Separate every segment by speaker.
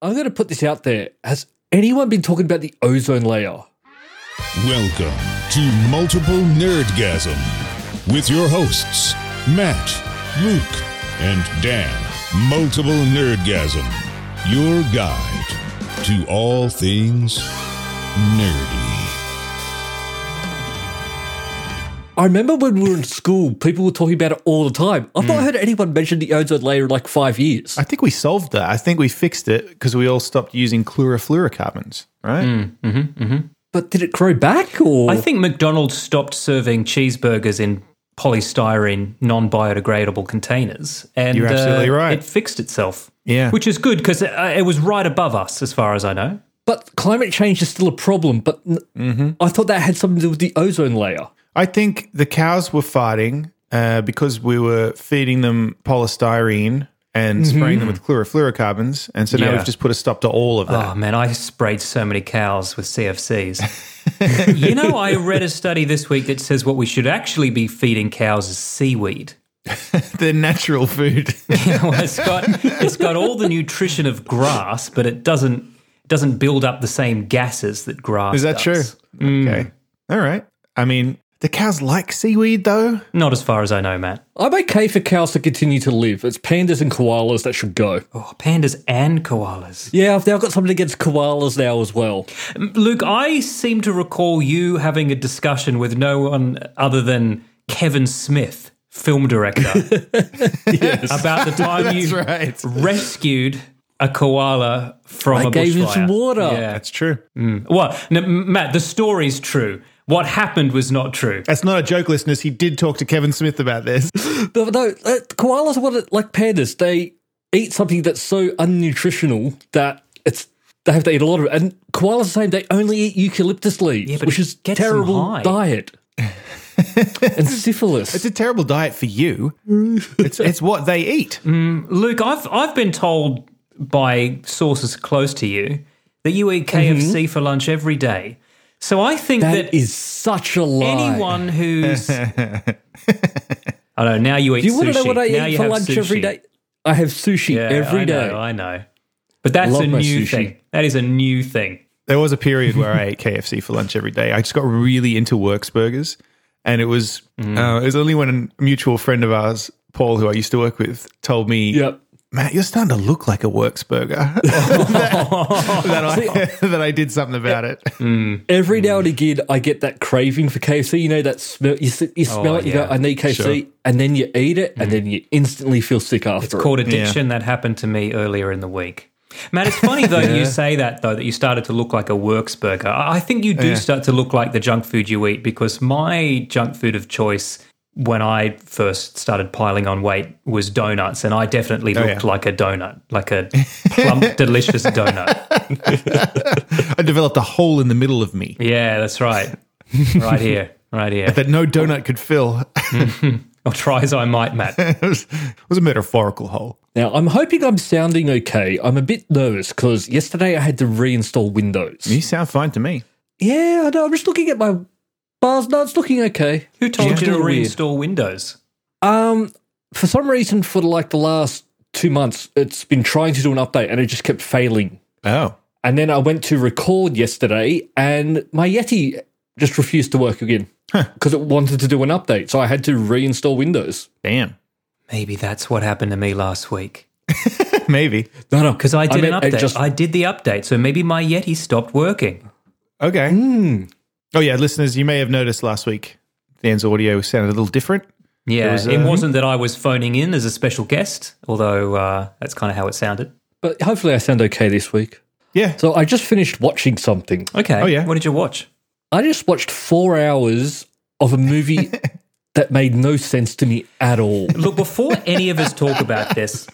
Speaker 1: I'm going to put this out there. Has anyone been talking about the ozone layer?
Speaker 2: Welcome to Multiple Nerdgasm with your hosts, Matt, Luke, and Dan. Multiple Nerdgasm, your guide to all things nerdy.
Speaker 1: I remember when we were in school, people were talking about it all the time. I've
Speaker 3: Hmm.
Speaker 1: not heard anyone mention the ozone layer in like five years.
Speaker 4: I think we solved that. I think we fixed it because we all stopped using chlorofluorocarbons, right?
Speaker 1: but did it grow back or?
Speaker 3: I think McDonald's stopped serving cheeseburgers in polystyrene, non biodegradable containers. And uh,
Speaker 4: You're absolutely right.
Speaker 3: It fixed itself.
Speaker 4: Yeah.
Speaker 3: Which is good because it, uh, it was right above us, as far as I know.
Speaker 1: But climate change is still a problem. But n-
Speaker 3: Mm-hmm.
Speaker 1: I thought that had something to do with the ozone layer.
Speaker 4: I think the cows were fighting uh, because we were feeding them polystyrene and spraying them with chlorofluorocarbons. And so now
Speaker 3: Yeah.
Speaker 4: we've just put a stop to all of that.
Speaker 3: Oh, man, I sprayed so many cows with CFCs. you know, I read a study this week that says what we should actually be feeding cows is seaweed.
Speaker 4: They're natural food.
Speaker 3: Well, it's got it's got all the nutrition of grass, but it doesn't doesn't build up the same gases that grass
Speaker 4: Is that
Speaker 3: does.
Speaker 4: true? Hmm. Okay. All right. I mean, the cows like seaweed, though.
Speaker 3: Not as far as I know, Matt.
Speaker 1: I'm okay for cows to continue to live. It's pandas and koalas that should go.
Speaker 3: Oh, pandas and koalas.
Speaker 1: Yeah, I've now got something against koalas now as well.
Speaker 3: Luke, I seem to recall you having a discussion with no one other than Kevin Smith, film director, about the time you
Speaker 4: right.
Speaker 3: rescued a koala from a
Speaker 1: I gave him
Speaker 3: bushfire.
Speaker 1: some water.
Speaker 3: Yeah.
Speaker 4: That's true. Hmm.
Speaker 3: Well, no, Matt, the story's true. What happened was not true.
Speaker 4: That's not a joke, listeners. He did talk to Kevin Smith about this.
Speaker 1: But no, uh, koalas are what it- like pandas. They eat something that's so unnutritional that it's they have to eat a lot of it. And koalas are saying they only eat eucalyptus leaves,
Speaker 3: Yeah, but
Speaker 1: which
Speaker 3: it
Speaker 1: is
Speaker 3: gets them
Speaker 1: terrible
Speaker 3: high.
Speaker 1: diet. and syphilis.
Speaker 4: It's a terrible diet for you. It's, it's what they eat.
Speaker 3: Luke, I've I've been told by sources close to you that you eat KFC for lunch every day. So I think that,
Speaker 1: that is such a lie.
Speaker 3: anyone who's I don't know. Now you eat.
Speaker 1: Do you want to
Speaker 3: sushi.
Speaker 1: know what I
Speaker 3: now
Speaker 1: eat
Speaker 3: you
Speaker 1: for
Speaker 3: have
Speaker 1: lunch every
Speaker 3: sushi.
Speaker 1: day? I have sushi
Speaker 3: Yeah,
Speaker 1: every
Speaker 3: I
Speaker 1: day.
Speaker 3: know, I know. But that's
Speaker 1: Love
Speaker 3: a
Speaker 1: my
Speaker 3: new
Speaker 1: sushi.
Speaker 3: thing. That is a new thing.
Speaker 4: There was a period where I ate KFC for lunch every day. I just got really into works burgers, and it was uh, it was only when a mutual friend of ours, Paul, who I used to work with, told me,
Speaker 1: Yep.
Speaker 4: "Matt, you're starting to look like a works burger." that, that I, that I did something about it.
Speaker 1: Every
Speaker 3: Hmm.
Speaker 1: now and again, I get that craving for KFC. You know that smell. You, s- you smell it. You
Speaker 3: Oh, yeah. Hmm.
Speaker 1: go, "I need KFC," and then you eat it, and then you instantly feel sick after.
Speaker 3: It's called addiction. That happened to me earlier in the week. Matt, it's funny though that you say that though that you started to look like a works burger. I I think you do start to look like the junk food you eat because my junk food of choice when I first started piling on weight was donuts, and I definitely
Speaker 1: Oh,
Speaker 3: looked
Speaker 4: yeah.
Speaker 3: like a donut, like a plump, delicious donut.
Speaker 4: I developed a hole in the middle of me
Speaker 3: Yeah, that's right. Right here. Right here.
Speaker 4: that no donut could fill.
Speaker 3: Or try as I might, Matt.
Speaker 4: it, was, it was a metaphorical hole.
Speaker 1: Now, I'm hoping I'm sounding okay. I'm a bit nervous because yesterday I had to reinstall Windows.
Speaker 4: You sound fine to me.
Speaker 1: Yeah, I know. I'm just looking at my bars. No, it's looking okay.
Speaker 3: Who told
Speaker 1: It's
Speaker 3: you to
Speaker 1: still weird.
Speaker 3: reinstall Windows?
Speaker 1: Um, for some reason, for like the last two months, it's been trying to do an update and it just kept failing.
Speaker 4: Oh,
Speaker 1: And then I went to record yesterday, and my Yeti just refused to work again because it wanted to do an update. So I had to reinstall Windows.
Speaker 4: damn.
Speaker 3: Maybe that's what happened to me last week.
Speaker 4: Maybe.
Speaker 1: No, no,
Speaker 3: Because I did
Speaker 1: meant
Speaker 3: an
Speaker 1: it
Speaker 3: update.
Speaker 1: just-
Speaker 3: I did the update, so maybe my Yeti stopped working.
Speaker 4: Okay. Oh yeah, listeners, you may have noticed last week Dan's audio sounded a little different.
Speaker 3: Yeah, it,
Speaker 4: was,
Speaker 3: was,
Speaker 4: uh,
Speaker 3: not that I was phoning in as a special guest, although uh, that's kind of how it sounded.
Speaker 1: but hopefully I sound okay this week.
Speaker 4: Yeah.
Speaker 1: So I just finished watching something.
Speaker 3: Okay.
Speaker 4: Oh, yeah.
Speaker 3: What did you watch?
Speaker 1: I just watched four hours of a movie that made no sense to me at all.
Speaker 3: Look, before any of us talk about this,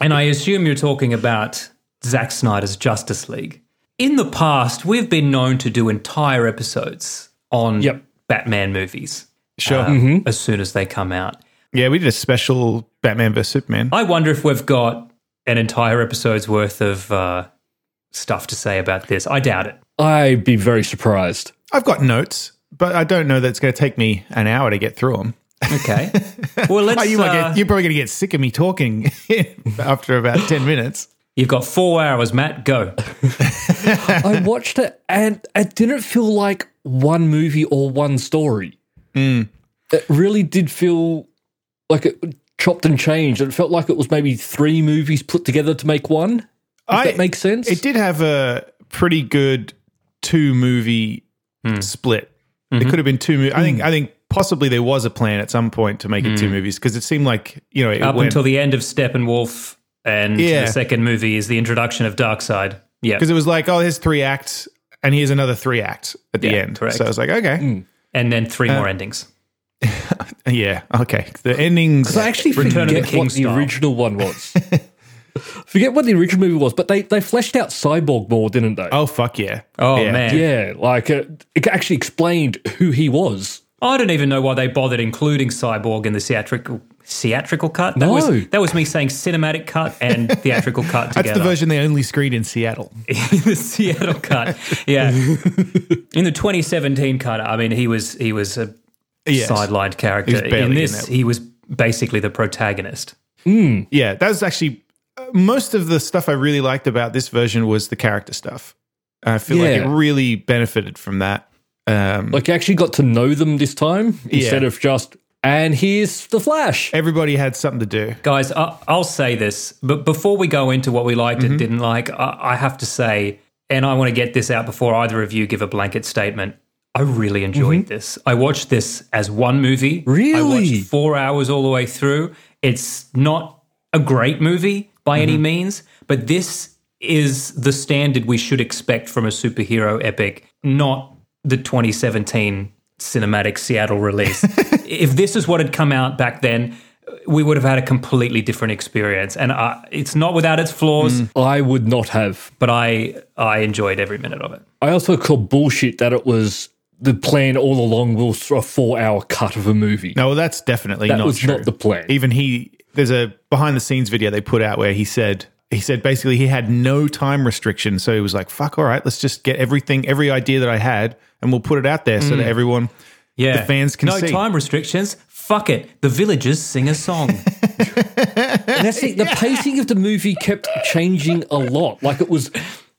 Speaker 3: and I assume you're talking about Zack Snyder's Justice League. In the past, we've been known to do entire episodes on
Speaker 1: Yep.
Speaker 3: Batman movies
Speaker 4: Sure.
Speaker 3: uh, as soon as they come out.
Speaker 4: Yeah, we did a special Batman vs Superman.
Speaker 3: I wonder if we've got an entire episode's worth of uh, stuff to say about this. I doubt it.
Speaker 1: I'd be very surprised.
Speaker 4: I've got notes, but I don't know that it's going to take me an hour to get through them.
Speaker 3: Okay. Well, let's.
Speaker 4: Oh, you might
Speaker 3: uh,
Speaker 4: get, you're probably going to get sick of me talking after about ten minutes.
Speaker 3: You've got four hours, Matt. Go.
Speaker 1: I watched it and it didn't feel like one movie or one story.
Speaker 4: Hmm.
Speaker 1: It really did feel like it chopped and changed. It felt like it was maybe three movies put together to make one. If that makes sense.
Speaker 4: It did have a pretty good two movie
Speaker 3: Hmm.
Speaker 4: split.
Speaker 3: Mm-hmm.
Speaker 4: It could have been two movies. I think. I think possibly there was a plan at some point to make it two movies because it seemed like you know it
Speaker 3: Hmm. Up
Speaker 4: went
Speaker 3: until the end of Steppenwolf, and
Speaker 4: Yeah.
Speaker 3: the second movie is the introduction of Darkseid. Yeah,
Speaker 4: because it was like oh here's three acts and here's another three acts at the
Speaker 3: Yeah,
Speaker 4: end.
Speaker 3: correct. Hmm.
Speaker 4: So I was like okay
Speaker 3: and then three
Speaker 4: Uh,
Speaker 3: more endings.
Speaker 4: yeah okay the endings.
Speaker 1: I actually
Speaker 3: Return of the
Speaker 1: forget
Speaker 3: King
Speaker 1: what the
Speaker 3: style.
Speaker 1: original one was. forget what the original movie was, but they, they fleshed out Cyborg more, didn't they?
Speaker 4: oh fuck yeah
Speaker 3: Oh
Speaker 4: Yeah.
Speaker 3: man,
Speaker 1: Yeah, like it, it actually explained who he was.
Speaker 3: I don't even know why they bothered including Cyborg in the theatrical theatrical cut. That
Speaker 1: No.
Speaker 3: was that was me saying cinematic cut and theatrical cut
Speaker 4: That's
Speaker 3: together.
Speaker 4: the version they only screened in Seattle.
Speaker 3: in the Seattle cut. Yeah. in the 2017 cut, I mean, he was he was a
Speaker 4: Yes.
Speaker 3: sidelined character.
Speaker 4: barely
Speaker 3: In
Speaker 4: in
Speaker 3: this,
Speaker 4: that.
Speaker 3: he was basically the protagonist.
Speaker 4: Yeah, that was actually uh, most of the stuff I really liked about this version was the character stuff. I feel like
Speaker 1: Yeah.
Speaker 4: it really benefited from that. Um,
Speaker 1: Like, you actually got to know them this time instead of just, and here's the Flash.
Speaker 4: everybody had something to do.
Speaker 3: Guys, I, I'll say this, but before we go into what we liked and didn't like, I, I have to say, and I want to get this out before either of you give a blanket statement. I really enjoyed this. I watched this as one movie. I
Speaker 1: Really?
Speaker 3: watched four hours all the way through. It's not a great movie by
Speaker 4: Mm-hmm.
Speaker 3: any means, but this is the standard we should expect from a superhero epic, not the 2017 cinematic Seattle release. if this is what had come out back then, we would have had a completely different experience. And I, it's not without its flaws,
Speaker 4: Mm.
Speaker 1: I would not have.
Speaker 3: but I I enjoyed every minute of it.
Speaker 1: I also call bullshit that it was the plan all along was a four hour cut of a movie.
Speaker 4: No, well, that's definitely
Speaker 1: that
Speaker 4: not
Speaker 1: was
Speaker 4: true.
Speaker 1: not the plan.
Speaker 4: Even he, there's a behind the scenes video they put out where he said he said basically he had no time restriction, so he was like, "Fuck, all right, let's just get everything, every idea that I had, and we'll put it out there so
Speaker 1: Mm.
Speaker 4: that everyone."
Speaker 3: Yeah.
Speaker 4: The fans can
Speaker 3: no
Speaker 4: see.
Speaker 3: time restrictions. Fuck it. The villagers sing a song.
Speaker 1: And that's it. The pacing of the movie kept changing a lot. Like, it was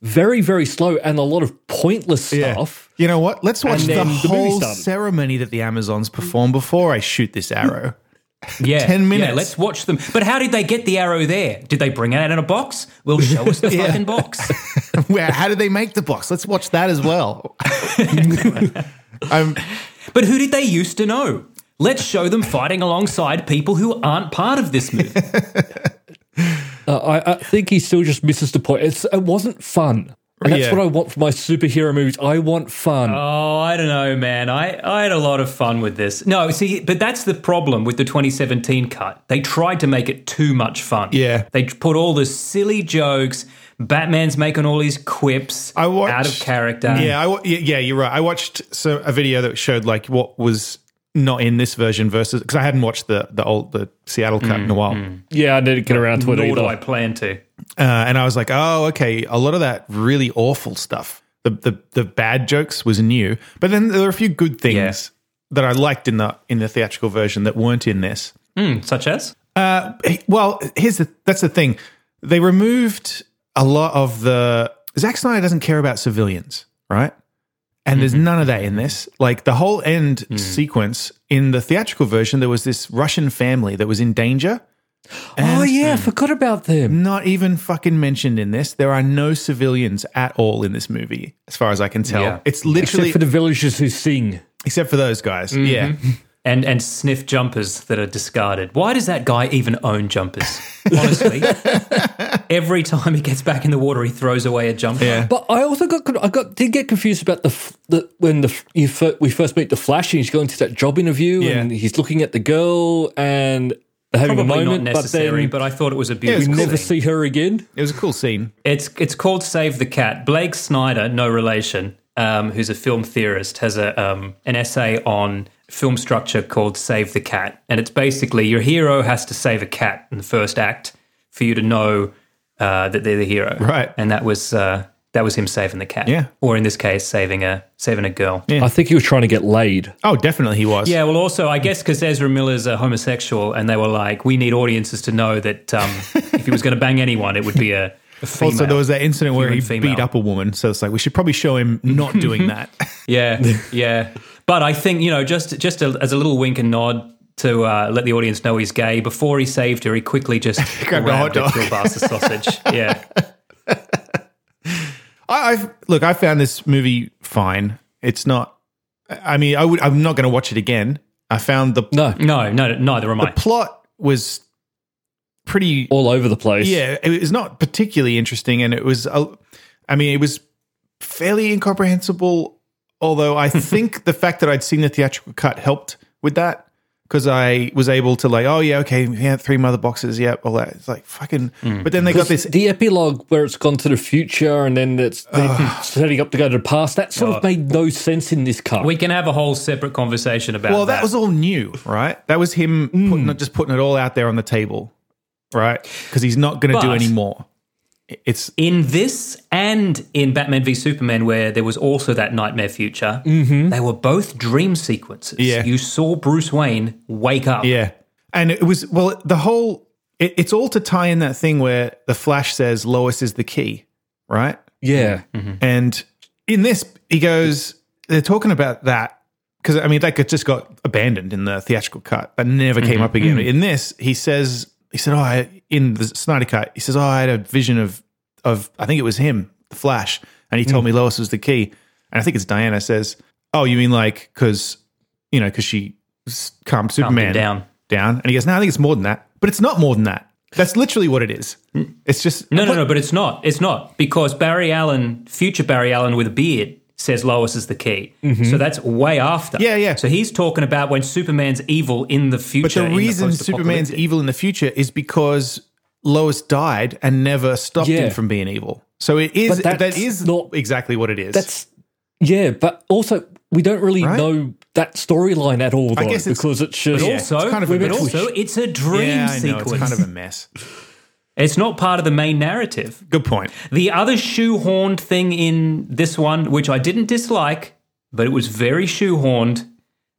Speaker 1: very, very slow and a lot of pointless stuff.
Speaker 4: You know what? Let's watch
Speaker 1: And
Speaker 4: the,
Speaker 1: then the movie
Speaker 4: whole
Speaker 1: started.
Speaker 4: ceremony that the Amazons perform before I shoot this arrow.
Speaker 3: Yeah,
Speaker 4: 10 minutes.
Speaker 3: Yeah, let's watch them. But how did they get the arrow there? Did they bring it out in a box? Well, show us the fucking box.
Speaker 4: Where, how did they make the box? Let's watch that as well. um,
Speaker 3: But who did they used to know? Let's show them fighting alongside people who aren't part of this movie.
Speaker 1: Uh, I, I think he still just misses the point. It's, it wasn't fun. And that's
Speaker 4: Yeah.
Speaker 1: what I want for my superhero movies. I want fun.
Speaker 3: Oh, I don't know, man. I, I had a lot of fun with this. No, see, but that's the problem with the 2017 cut. They tried to make it too much fun.
Speaker 4: Yeah.
Speaker 3: They put all the silly jokes. Batman's making all these quips
Speaker 4: I watched,
Speaker 3: out of character.
Speaker 4: Yeah, I, wa- yeah, yeah, you're right. I watched so, a video that showed like what was not in this version versus because I hadn't watched the the old the Seattle cut in a while,
Speaker 1: yeah, I didn't get around to it
Speaker 3: Nor
Speaker 1: either.
Speaker 3: do I plan to.
Speaker 4: uh, and I was like, oh, okay, a lot of that really awful stuff, the the the bad jokes was new, but then there were a few good things that I liked in the in the theatrical version that weren't in this.
Speaker 3: Hmm, such as?
Speaker 4: Uh, well, here's the that's the thing. They removed a lot of the Zack Snyder doesn't care about civilians, right? And there's
Speaker 3: Mm-hmm.
Speaker 4: none of that in this. Like the whole end
Speaker 3: Mm.
Speaker 4: sequence in the theatrical version, there was this Russian family that was in danger.
Speaker 1: oh, yeah, I forgot about them.
Speaker 4: Not even fucking mentioned in this. There are no civilians at all in this movie, as far as I can tell.
Speaker 3: Yeah.
Speaker 4: It's literally
Speaker 1: Except for the villagers who sing.
Speaker 4: those guys.
Speaker 3: Mm-hmm.
Speaker 4: Yeah.
Speaker 3: and and sniff jumpers that are discarded. Why does that guy even own jumpers? Honestly, every time he gets back in the water, he throws away a jumper.
Speaker 4: Yeah.
Speaker 1: But I also got con- I got did get confused about the, f- the when the f- you fir- we first meet the Flash and he's going to that job interview
Speaker 4: Yeah.
Speaker 1: and he's looking at the girl and they're having
Speaker 3: Probably
Speaker 1: a moment,
Speaker 3: not necessary,
Speaker 1: but
Speaker 3: but, I thought it was a
Speaker 1: then
Speaker 3: beautiful.
Speaker 1: we
Speaker 3: thing.
Speaker 1: never see her again.
Speaker 4: It was a cool scene.
Speaker 3: It's it's called Save the Cat. Blake Snyder, no relation, um, who's a film theorist, has a um, an essay on film structure called Save the Cat, and it's basically your hero has to save a cat in the first act for you to know uh, that they're the hero,
Speaker 4: Right.
Speaker 3: And that was uh, that was him saving the cat,
Speaker 4: Yeah.
Speaker 3: Or in this case, saving a saving a girl. Yeah.
Speaker 1: I think he was trying to get laid.
Speaker 4: Oh, definitely he was.
Speaker 3: well, also, I guess because Ezra Miller's a homosexual, and they were like, we need audiences to know that um, if he was going to bang anyone, it would be a
Speaker 4: Also, there
Speaker 3: female.
Speaker 4: was that incident where he
Speaker 3: Human female.
Speaker 4: beat up a woman, so it's like we should probably show him not doing that.
Speaker 3: Yeah, yeah. But I think you know, just just a, as a little wink and nod to uh, let the audience know he's gay. Before he saved her, he quickly just
Speaker 4: Grabbed a hot dog.
Speaker 3: kielbasa sausage. Yeah,
Speaker 4: I, I've look, I found this movie fine. It's not. I mean, I would. I'm not going to watch it again. I found the
Speaker 1: No,
Speaker 3: no, no, neither am I.
Speaker 4: plot was pretty
Speaker 1: all over the place.
Speaker 4: Yeah, it was not particularly interesting, and it was, uh, I mean, it was fairly incomprehensible. Although I think the fact that I'd seen the theatrical cut helped with that because I was able to like, oh yeah, okay, yeah, three mother boxes, yeah, all that. It's like fucking, but then they got this.
Speaker 1: The epilogue where it's gone to the future and then it's they're setting up to go to the past, that sort of made no sense in this cut.
Speaker 3: We can have a whole separate conversation about. Mm.
Speaker 4: Well, that was all new, right? That was him putting, not just putting it all out there on the table, right? Because he's not going to do
Speaker 3: But-
Speaker 4: any more. It's
Speaker 3: in this and in Batman v Superman, where there was also that nightmare future. They were both dream sequences.
Speaker 4: Mm-hmm. Yeah.
Speaker 3: you saw Bruce Wayne wake up.
Speaker 4: Yeah. And it was, well, the whole, it, it's all to tie in that thing where the Flash says Lois is the key, right?
Speaker 1: yeah.
Speaker 4: And in this, he goes, they're talking about that. Because, I mean, that could just got abandoned in the theatrical cut. That never
Speaker 3: Mm-hmm.
Speaker 4: came up again. In this, he says, he said, oh, I, in the Snyder cut, he says, oh, I had a vision of, of, I think it was him, the Flash. And he
Speaker 3: Mm.
Speaker 4: told me Lois was the key. And I think it's Diana says, oh, you mean like, because, you know, because she s- calmed Superman
Speaker 3: down.
Speaker 4: Down. And he goes, no, I think it's more than that. But it's not more than that. That's literally what it is. It's just,
Speaker 3: Mm. No, no, no, but it's not. It's not because Barry Allen, future Barry Allen with a beard, says Lois is the key. So that's way after.
Speaker 4: Mm-hmm. Yeah, yeah.
Speaker 3: So he's talking about when Superman's evil in the future.
Speaker 4: But the
Speaker 3: in
Speaker 4: reason Superman's
Speaker 3: post-apocalyptic-
Speaker 4: evil in the future is because Lois died and never stopped
Speaker 1: Yeah.
Speaker 4: him from being evil. So it is
Speaker 1: But that's
Speaker 4: that is
Speaker 1: not-
Speaker 4: exactly what it is.
Speaker 1: That's yeah, but also we don't really
Speaker 4: Right?
Speaker 1: know that storyline at all though,
Speaker 4: guess it's-
Speaker 1: because it's just
Speaker 4: Yeah,
Speaker 3: also,
Speaker 4: it's kind of a
Speaker 3: but
Speaker 4: bit-
Speaker 3: also, it's a dream
Speaker 4: yeah, I know,
Speaker 3: sequence.
Speaker 4: it's kind of a mess.
Speaker 3: It's not part of the main narrative.
Speaker 4: Good point.
Speaker 3: The other shoehorned thing in this one, which I didn't dislike, but it was very shoehorned,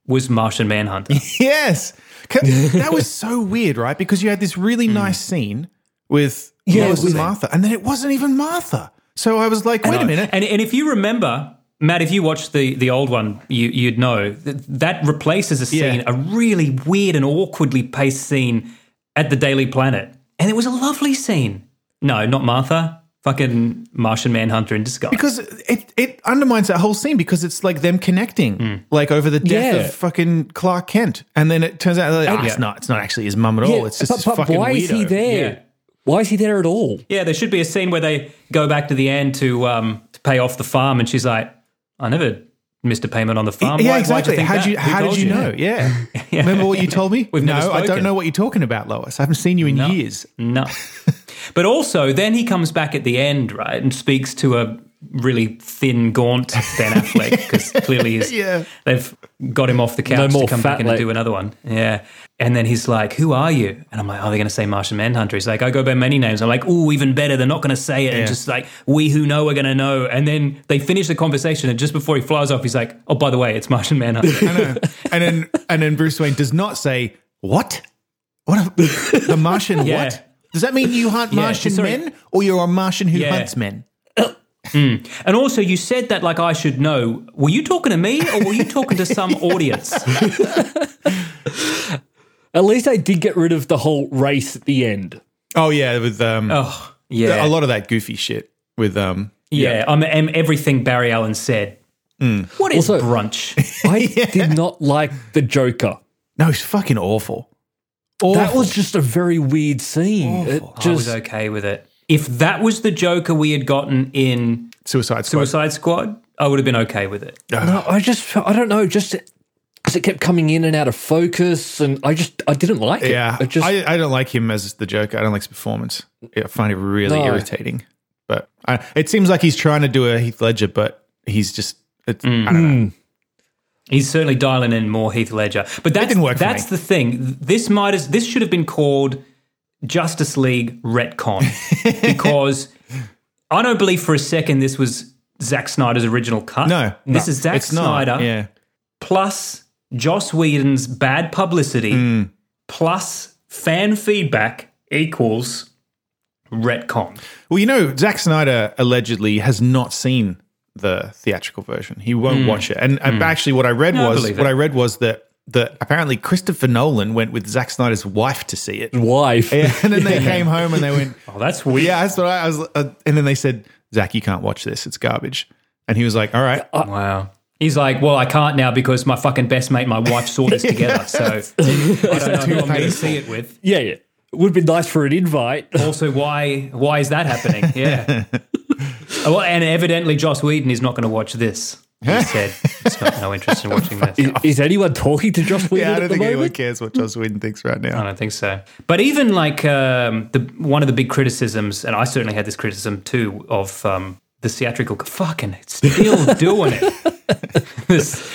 Speaker 3: was Martian Manhunter.
Speaker 4: Yes, Ca- that was so weird, right? Because you had this really nice scene with
Speaker 1: Yeah,
Speaker 4: Lois
Speaker 1: with-
Speaker 4: and Martha, and then it wasn't even Martha. So I was like, wait a minute.
Speaker 3: And, and if you remember, Matt, if you watched the, the old one, you, you'd know that, that replaces a
Speaker 4: Yeah.
Speaker 3: scene, a really weird and awkwardly paced scene at the Daily Planet. And it was a lovely scene. No, not Martha. Fucking Martian Manhunter in disguise.
Speaker 4: because it, it undermines that whole scene because it's like them connecting like over the death
Speaker 1: Yeah.
Speaker 4: of fucking Clark Kent and then it turns out like, ah, it's not it's not actually his mum at all
Speaker 1: Yeah,
Speaker 4: it's just this
Speaker 1: but, but
Speaker 4: fucking
Speaker 1: why is he
Speaker 4: weirdo.
Speaker 1: there?
Speaker 3: Yeah.
Speaker 1: Why is he there at all?
Speaker 3: yeah, there should be a scene where they go back to the end to um, to pay off the farm, and she's like, "I never missed a payment on the farm."
Speaker 4: yeah
Speaker 3: Why- why'd
Speaker 4: exactly
Speaker 3: think
Speaker 4: how
Speaker 3: that?
Speaker 4: did Um, you
Speaker 3: Who
Speaker 4: how did
Speaker 3: told
Speaker 4: you know yeah, remember what you told me
Speaker 3: We've
Speaker 4: no
Speaker 3: never
Speaker 4: I don't
Speaker 3: spoken.
Speaker 4: know what you're talking about Lois I haven't seen you in years
Speaker 3: No. but also, then he comes back at the end, right, and speaks to a really thin, gaunt Dan Affleck because clearly he's,
Speaker 4: Yeah.
Speaker 3: they've got him off the
Speaker 1: No
Speaker 3: couch
Speaker 1: more
Speaker 3: to come
Speaker 1: fat
Speaker 3: back in and
Speaker 1: leg.
Speaker 3: do another one. Yeah. And then he's like, Who are you? And I'm like, Oh, they're going to say Martian Manhunter. He's like, I go by many names. I'm like, Oh, even better. They're not going to say it.
Speaker 4: Yeah.
Speaker 3: And just like, We who know are going to know. And then they finish the conversation. And just before he flies off, he's like, Oh, by the way, it's Martian Manhunter.
Speaker 4: I know. and then and then Bruce Wayne does not say what what a, the Martian
Speaker 3: Yeah.
Speaker 4: what does that mean you hunt
Speaker 3: Yeah,
Speaker 4: Martian
Speaker 3: sorry.
Speaker 4: men or you're a Martian who
Speaker 3: Yeah.
Speaker 4: hunts men
Speaker 3: and also, you said that like I should know. Were you talking to me or were you talking to some audience?
Speaker 1: At least they did get rid of the whole race at the end.
Speaker 4: oh yeah with um
Speaker 3: Oh, yeah.
Speaker 4: a lot of that goofy shit with um
Speaker 3: Yeah, I'm, I'm everything Barry Allen said.
Speaker 4: Mm.
Speaker 3: What is
Speaker 1: Also-
Speaker 3: brunch?
Speaker 1: I did not like the Joker.
Speaker 4: no it's fucking awful
Speaker 1: That was just a very weird scene. It just
Speaker 3: I was okay with it. If that was the Joker we had gotten in
Speaker 4: suicide squad
Speaker 3: Suicide Squad, I would have been okay with it.
Speaker 1: no, I just felt- I don't know, just because it kept coming in and out of focus, and I just I didn't like it.
Speaker 4: yeah
Speaker 1: it just
Speaker 4: I, I don't like him as the joker i don't like his performance i find it really
Speaker 1: No.
Speaker 4: irritating but I, it seems like he's trying to do a heath ledger but he's just it's, i don't
Speaker 3: Mm.
Speaker 4: know
Speaker 3: He's certainly dialing in more Heath Ledger, but that
Speaker 4: didn't work for
Speaker 3: That's
Speaker 4: me.
Speaker 3: the thing. This might as this should have been called Justice League retcon because I don't believe for a second this was Zack Snyder's original cut.
Speaker 4: no
Speaker 3: this
Speaker 4: no,
Speaker 3: is Zack
Speaker 4: it's not.
Speaker 3: Snyder.
Speaker 4: yeah
Speaker 3: plus Joss Whedon's bad publicity plus fan feedback equals retcon.
Speaker 4: Well, you know, Zack Snyder allegedly has not seen the theatrical version. He won't watch it. And uh, actually, what I read
Speaker 3: Mm. I
Speaker 4: was
Speaker 3: believe
Speaker 4: what
Speaker 3: it.
Speaker 4: I read was that that apparently Christopher Nolan went with Zack Snyder's wife to see it.
Speaker 1: Wife.
Speaker 4: Yeah, and then they came home and they went,
Speaker 3: Oh, that's weird.
Speaker 4: "Yeah, that's what I I was." Uh, and then they said, "Zack, you can't watch this. It's garbage." And he was like, "All right,
Speaker 1: Uh,
Speaker 3: Wow. He's like, well, I can't now because my fucking best mate, and my wife, saw this together. So I don't know who I'm going to see it with.
Speaker 1: Yeah, yeah. Would be nice for an invite.
Speaker 3: Also, why why is that happening? Yeah. Oh, well, and evidently, Joss Whedon is not going to watch this. He said he's got no interest in watching this.
Speaker 1: Is, is anyone talking to Josh Whedon
Speaker 4: yeah, I
Speaker 1: at
Speaker 4: don't
Speaker 1: the
Speaker 4: think anyone
Speaker 1: moment?
Speaker 4: cares what Joss Whedon thinks right now."
Speaker 3: I don't think so. But even like um, the one of the big criticisms, and I certainly had this criticism too of um, the theatrical fucking it's still doing it. this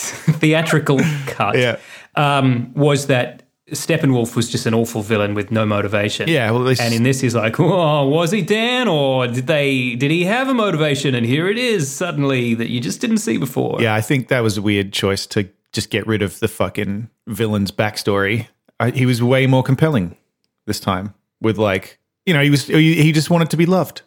Speaker 3: theatrical cut
Speaker 4: Yeah.
Speaker 3: um, was that Steppenwolf was just an awful villain with no motivation.
Speaker 4: Yeah, well, this-
Speaker 3: and in this, he's like, "Oh, was he Dan, or did they? Did he have a motivation? And here it is suddenly that you just didn't see before."
Speaker 4: Yeah, I think that was a weird choice to just get rid of the fucking villain's backstory. I, he was way more compelling this time with like, you know, he was he, he just wanted to be loved.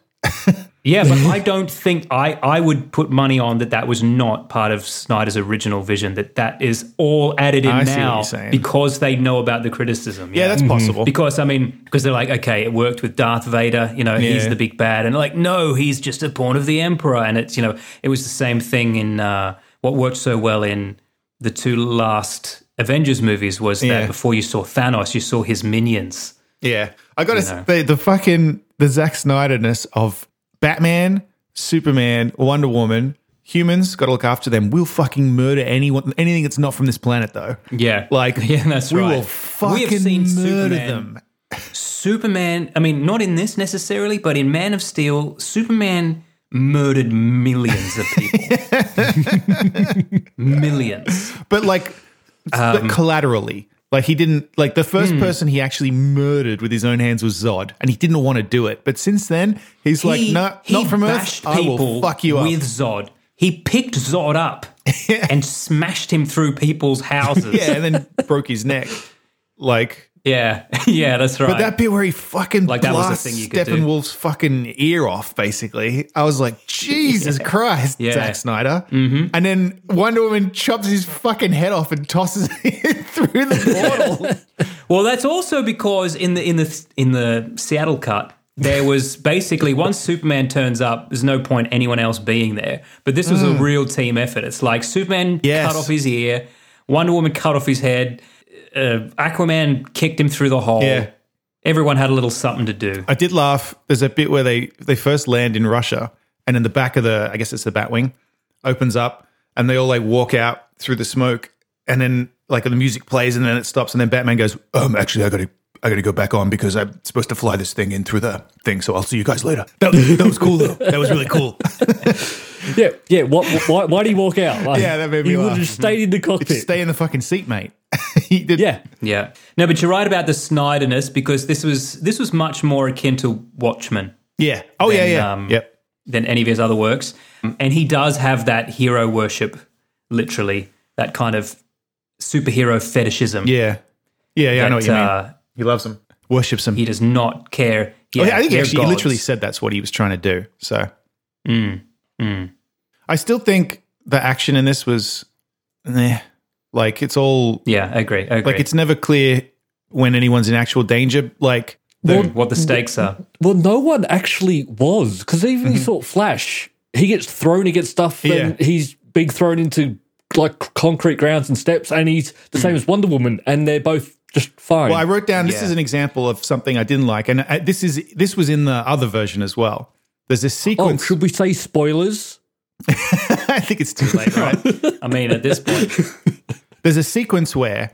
Speaker 3: Yeah, but I don't think I, I would put money on that that was not part of Snyder's original vision, that that is all added in
Speaker 4: I see what
Speaker 3: now
Speaker 4: you're saying.
Speaker 3: because they know about the criticism.
Speaker 4: Yeah,
Speaker 1: Mm-hmm.
Speaker 4: that's possible.
Speaker 3: because I mean, because they're like, okay, it worked with Darth Vader, you know, he's
Speaker 4: Yeah.
Speaker 3: the big bad, and like, no, he's just a pawn of the Emperor, and it's you know, it was the same thing in uh, what worked so well in the two last Avengers movies was that
Speaker 4: Yeah.
Speaker 3: before you saw Thanos, you saw his minions.
Speaker 4: Yeah, I got to the the fucking the Zack Snyderness of Batman, Superman, Wonder Woman. Humans got to look after them. We'll fucking murder anyone, anything that's not from this planet, though.
Speaker 3: Yeah,
Speaker 4: Like,
Speaker 3: yeah, that's
Speaker 4: we
Speaker 3: right.
Speaker 4: will fucking murder them.
Speaker 3: Superman, I mean, not in this necessarily, but in Man of Steel, Superman murdered millions of people. millions.
Speaker 4: but like but
Speaker 3: Um,
Speaker 4: collaterally like he didn't like the first
Speaker 3: hmm.
Speaker 4: person he actually murdered with his own hands was Zod, and he didn't want to do it. But since then, he's like,
Speaker 3: He-
Speaker 4: no,
Speaker 3: he
Speaker 4: not from Earth.
Speaker 3: bashed
Speaker 4: I will
Speaker 3: people
Speaker 4: fuck you up.
Speaker 3: With Zod. He picked Zod up and smashed him through people's houses.
Speaker 4: yeah, and then broke his neck. Like,
Speaker 3: yeah, Yeah, that's right.
Speaker 4: but that bit where he fucking
Speaker 3: Like, that was the
Speaker 4: blasts
Speaker 3: thing you could do.
Speaker 4: Steppenwolf's fucking ear off. Basically, I was like, Jesus Christ,
Speaker 3: Yeah. Mm-hmm.
Speaker 4: Zack Snyder. And then Wonder Woman chops his fucking head off and tosses it through the portal.
Speaker 3: Well, that's also because in the in the in the Seattle cut, there was basically once Superman turns up, there's no point anyone else being there. But this was a real team effort. It's like Superman
Speaker 4: Mm. Yes.
Speaker 3: cut off his ear, Wonder Woman cut off his head, uh, Aquaman kicked him through the hole.
Speaker 4: Yeah.
Speaker 3: Everyone had a little something to do.
Speaker 4: I did laugh. There's a bit where they they first land in Russia, and in the back of the, I guess it's the Batwing, opens up, and they all like walk out through the smoke, and then like the music plays, and then it stops, and then Batman goes, "Um, actually, I got to." I gotta go back on because I'm supposed to fly this thing in through the thing, so I'll see you guys later. That, that was cool though. That was really cool.
Speaker 1: Yeah, yeah. What, why, why do you walk out? Like,
Speaker 4: Yeah, that made me
Speaker 1: You would
Speaker 4: laugh.
Speaker 1: have stayed in the cockpit.
Speaker 4: Stay in the fucking seat, mate. he did,
Speaker 1: yeah,
Speaker 3: Yeah. No, but you're right about the Snyderness because this was this was much more akin to Watchmen.
Speaker 4: yeah. Oh yeah,
Speaker 3: Then,
Speaker 4: yeah.
Speaker 3: um,
Speaker 4: yep.
Speaker 3: than any of his other works.
Speaker 4: Mm.
Speaker 3: And he does have that hero worship, literally, that kind of superhero fetishism.
Speaker 4: Yeah, yeah, yeah. I know what
Speaker 3: that,
Speaker 4: you mean.
Speaker 3: uh,
Speaker 4: He loves them. Worships them.
Speaker 3: he does not care. Yeah,
Speaker 4: Oh, yeah, I think he actually
Speaker 3: they're gods. Mm,
Speaker 4: he literally said that's what he was trying to do. So, I still think the action in this was, eh, like it's all
Speaker 3: Yeah, I agree. I agree.
Speaker 4: like it's never clear when anyone's in actual danger. Like, the,
Speaker 3: what the stakes are.
Speaker 1: Well, no one actually was because even you thought Flash, he gets thrown against stuff and
Speaker 4: Mm-hmm. Yeah.
Speaker 1: he's being thrown into like concrete grounds and steps, and he's the same as Wonder Woman, and they're both just fine.
Speaker 4: Mm. well, I wrote down this
Speaker 3: Yeah.
Speaker 4: is an example of something I didn't like, and uh, this is this was in the other version as well. There's this
Speaker 1: oh,
Speaker 4: sequence.
Speaker 1: should we say spoilers?
Speaker 4: I think it's too late, right?
Speaker 3: I mean, at this point,
Speaker 4: There's a sequence where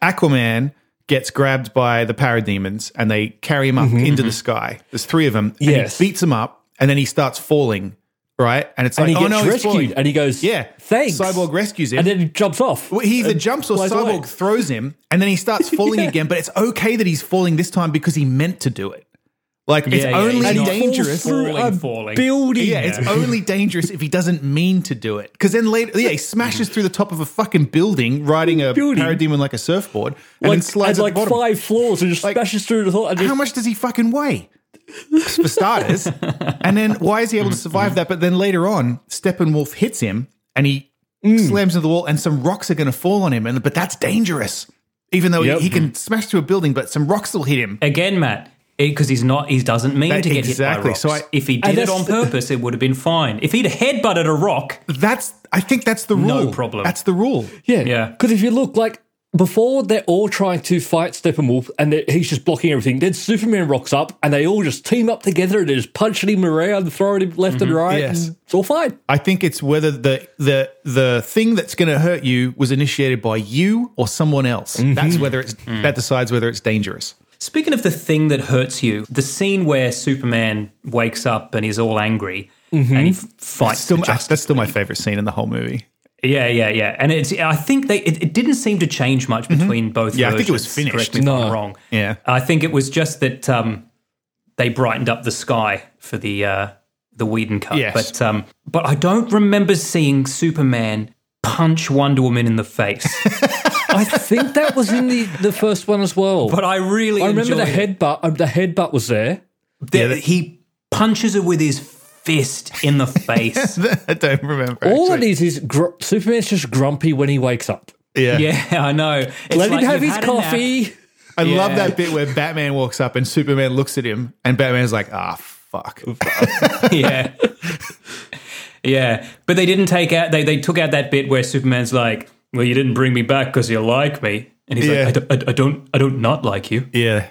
Speaker 4: Aquaman gets grabbed by the parademons and they carry him up into the sky. There's three of them. and
Speaker 1: Mm-hmm, Yes.
Speaker 4: he beats him up and then he starts falling, right? And it's
Speaker 1: And he
Speaker 4: like, oh
Speaker 1: gets
Speaker 4: no, he's
Speaker 1: rescued,
Speaker 4: falling.
Speaker 1: and he goes,
Speaker 4: yeah.
Speaker 1: thanks."
Speaker 4: Cyborg rescues him.
Speaker 1: and then he jumps off.
Speaker 4: Well, he either jumps or
Speaker 1: flies
Speaker 4: Cyborg
Speaker 1: away.
Speaker 4: throws him and then he starts falling again, but it's okay that he's falling this time because he meant to do it. Like, it's
Speaker 3: Yeah, yeah,
Speaker 4: only
Speaker 3: he's not-
Speaker 4: dangerous.
Speaker 1: Falls through a
Speaker 3: Falling, falling.
Speaker 1: building.
Speaker 4: Yeah, it's only dangerous if he doesn't mean to do it. Because then later, yeah, he smashes through the top of a fucking building, riding a
Speaker 1: Building.
Speaker 4: parademon like a surfboard, and
Speaker 1: like,
Speaker 4: then slides
Speaker 1: and
Speaker 4: at
Speaker 1: like
Speaker 4: the bottom.
Speaker 1: five floors and just
Speaker 4: Like,
Speaker 1: smashes through the floor. And
Speaker 4: How
Speaker 1: just,
Speaker 4: much does he fucking weigh? for starters. and then why is he able to survive that? But then later on, Steppenwolf hits him and he slams into the wall, and some rocks are going to fall on him. And but that's dangerous, even though he-
Speaker 1: Yep.
Speaker 4: he, can smash through a building, but some rocks will hit him.
Speaker 3: Again, Matt, because he's not, he doesn't mean
Speaker 4: That-
Speaker 3: to get hit by
Speaker 4: exactly.
Speaker 3: rocks.
Speaker 4: So I-
Speaker 3: if he
Speaker 1: And
Speaker 3: did it
Speaker 1: that's
Speaker 3: on
Speaker 1: the-
Speaker 3: purpose, it would have been fine. If he'd headbutted a rock,
Speaker 4: That's I think that's the rule.
Speaker 3: No problem.
Speaker 4: That's the rule.
Speaker 1: Yeah.
Speaker 3: Yeah.
Speaker 1: Because if you look, like, before they're all trying to fight Steppenwolf and they- he's just blocking everything, then Superman rocks up and they all just team up together and they're just punching him around, throwing him left
Speaker 3: Mm-hmm.
Speaker 1: and right.
Speaker 4: Yes.
Speaker 1: and it's all fine.
Speaker 4: I think it's whether the the the thing that's going to hurt you was initiated by you or someone else. That's whether it's that decides whether it's dangerous.
Speaker 3: Speaking of the thing that hurts you, the scene where Superman wakes up and he's all angry and he f- fights.
Speaker 4: Mm-hmm. Still,
Speaker 3: the
Speaker 4: my-
Speaker 3: Justice-
Speaker 4: that's still my favorite scene in the whole movie.
Speaker 3: yeah, yeah, yeah. And it's. I think they. It, it didn't seem to change much between both.
Speaker 4: Mm-hmm. Yeah, I think it was
Speaker 3: versions,
Speaker 4: finished.
Speaker 3: Correct me if
Speaker 1: No.
Speaker 3: I'm wrong.
Speaker 4: Yeah.
Speaker 3: I think it was just that um, they brightened up the sky for the uh, the Whedon cut.
Speaker 4: Yes.
Speaker 3: But um, but I don't remember seeing Superman punch Wonder Woman in the face.
Speaker 1: I think that was in the, the first one as well.
Speaker 3: but I really
Speaker 1: I remember the
Speaker 3: enjoyed it.
Speaker 1: headbutt. Um, the headbutt was there.
Speaker 3: That he punches her with his fist in the face.
Speaker 4: I don't remember.
Speaker 1: All
Speaker 4: actually.
Speaker 1: it is is gr- Superman's just grumpy when he wakes up.
Speaker 4: yeah.
Speaker 3: yeah, I know. It's
Speaker 1: Let
Speaker 3: like
Speaker 1: him have his
Speaker 3: you've had a nap.
Speaker 1: coffee.
Speaker 4: I love
Speaker 3: Yeah.
Speaker 4: that bit where Batman walks up and Superman looks at him, and Batman's like, "Ah, fuck."
Speaker 3: yeah. Yeah. But they didn't take out, they, they took out that bit where Superman's like, well, you didn't bring me back because you like me. And he's
Speaker 4: Yeah.
Speaker 3: like, I don't, I, I don't, I don't not like you.
Speaker 4: Yeah,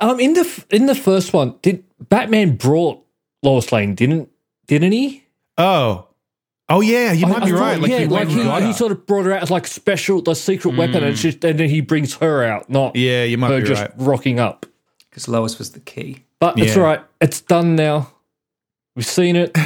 Speaker 1: Um, in the f- in the first one, did Batman brought Lois Lane? Didn't didn't he?
Speaker 4: Oh. Oh yeah, you might
Speaker 1: I
Speaker 4: be
Speaker 1: thought-
Speaker 4: right. Like
Speaker 1: yeah,
Speaker 4: he
Speaker 1: like
Speaker 4: went
Speaker 1: he,
Speaker 4: and got
Speaker 1: he
Speaker 4: her. Mm.
Speaker 1: sort of brought her out as like special, the secret weapon, and, she, and then he brings her out, not
Speaker 4: yeah, you might
Speaker 1: her
Speaker 4: be
Speaker 1: just
Speaker 4: right.
Speaker 1: rocking up.
Speaker 3: Because Lois was the key.
Speaker 1: But it's
Speaker 4: Yeah.
Speaker 1: all right. It's done now. We've seen it.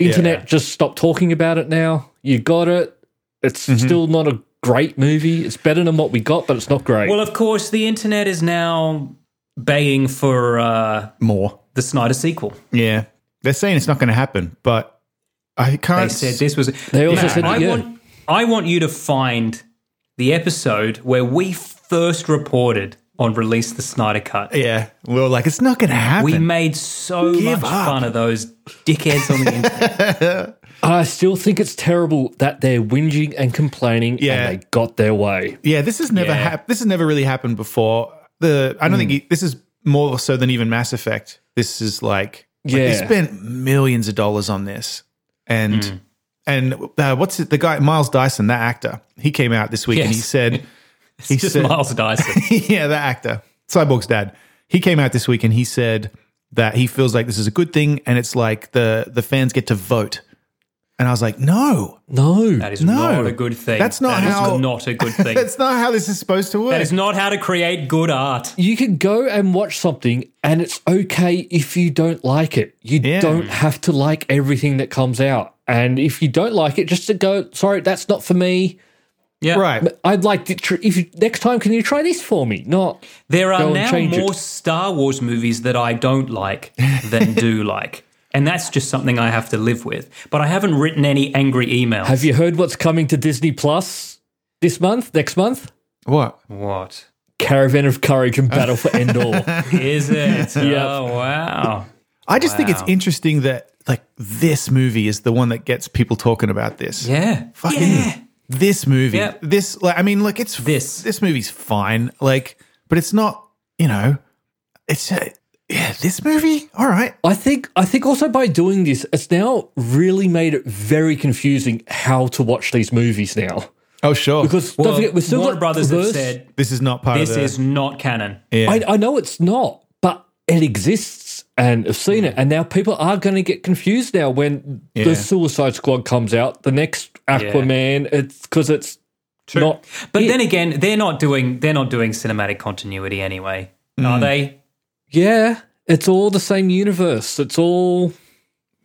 Speaker 1: Internet just stopped talking about it now. You got it. It's
Speaker 4: Mm-hmm.
Speaker 1: still not a great movie. It's better than what we got, but it's not great.
Speaker 3: Well, of course, the internet is now baying for uh,
Speaker 4: More.
Speaker 3: the Snyder sequel.
Speaker 4: Yeah, they're saying it's not going to happen, but I
Speaker 3: They
Speaker 4: can't.
Speaker 3: said this was.
Speaker 1: They also said
Speaker 3: I
Speaker 1: that, yeah.
Speaker 3: want, I want you to find the episode where we first reported on release the Snyder cut.
Speaker 4: yeah, we were like, it's not going to happen.
Speaker 3: We made so
Speaker 4: Give
Speaker 3: much
Speaker 4: up.
Speaker 3: fun of those dickheads on the internet.
Speaker 1: And I still think it's terrible that they're whinging and complaining
Speaker 4: Yeah.
Speaker 1: and they got their way.
Speaker 4: yeah, this has never
Speaker 3: Yeah. Hmm.
Speaker 4: hap- This has never really happened before. The I don't think he, this is more so than even Mass Effect. This is like, like, they
Speaker 1: Yeah.
Speaker 4: spent millions of dollars on this, and
Speaker 3: Hmm.
Speaker 4: and uh, what's it? The guy Miles Dyson, that actor, he came out this week and he
Speaker 3: Yes.
Speaker 4: said he
Speaker 3: Just
Speaker 4: said
Speaker 3: Miles Dyson.
Speaker 4: yeah, that actor, Cyborg's dad. He came out this week and he said that he feels like this is a good thing, and it's like the the fans get to vote. And I was like, no,
Speaker 1: No.
Speaker 3: That is
Speaker 4: No.
Speaker 3: not a good thing.
Speaker 4: That's not
Speaker 3: That is
Speaker 4: how-
Speaker 3: not a good thing.
Speaker 4: that's not how this is supposed to work.
Speaker 3: that is not how to create good art.
Speaker 1: you can go and watch something and it's okay if you don't like it. You
Speaker 4: Yeah.
Speaker 1: don't have to like everything that comes out. And if you don't like it, just to go, sorry, that's not for me.
Speaker 3: Yeah.
Speaker 4: right.
Speaker 1: I'd like to, tr- if you, next time, can you try this for me? Not,
Speaker 3: There
Speaker 1: Go
Speaker 3: are
Speaker 1: and
Speaker 3: now
Speaker 1: change it.
Speaker 3: more Star Wars movies that I don't like than do like. And that's just something I have to live with. But I haven't written any angry emails.
Speaker 1: have you heard what's coming to Disney Plus this month, next month?
Speaker 4: What?
Speaker 3: What
Speaker 1: Caravan of Courage and Battle for Endor.
Speaker 3: is it? Oh, wow.
Speaker 4: I just think it's interesting that like this movie is the one that gets people talking about this.
Speaker 3: Yeah.
Speaker 4: Fucking
Speaker 3: Yeah.
Speaker 4: this movie.
Speaker 3: Yep.
Speaker 4: This like I mean, look, it's
Speaker 3: This.
Speaker 4: This movie's fine. Like, but it's not. You know, it's uh, yeah. This movie. All right.
Speaker 1: I think I think also by doing this, it's now really made it very confusing how to watch these movies now.
Speaker 4: Oh sure.
Speaker 1: Because
Speaker 3: Well,
Speaker 1: don't forget, we've still
Speaker 3: Warner
Speaker 1: got
Speaker 3: Brothers have
Speaker 1: Verse-
Speaker 3: said
Speaker 4: this is not part
Speaker 3: this
Speaker 4: of the.
Speaker 3: is not canon.
Speaker 1: I, I know it's not, but it exists and I've seen
Speaker 3: Mm.
Speaker 1: it. And now people are going to get confused now when
Speaker 4: Yeah.
Speaker 1: the Suicide Squad comes out, the next Aquaman. It's because it's not.
Speaker 3: But
Speaker 1: it.
Speaker 3: then again, they're not doing they're not doing cinematic continuity anyway,
Speaker 1: Mm.
Speaker 3: are they?
Speaker 1: yeah, it's all the same universe. It's all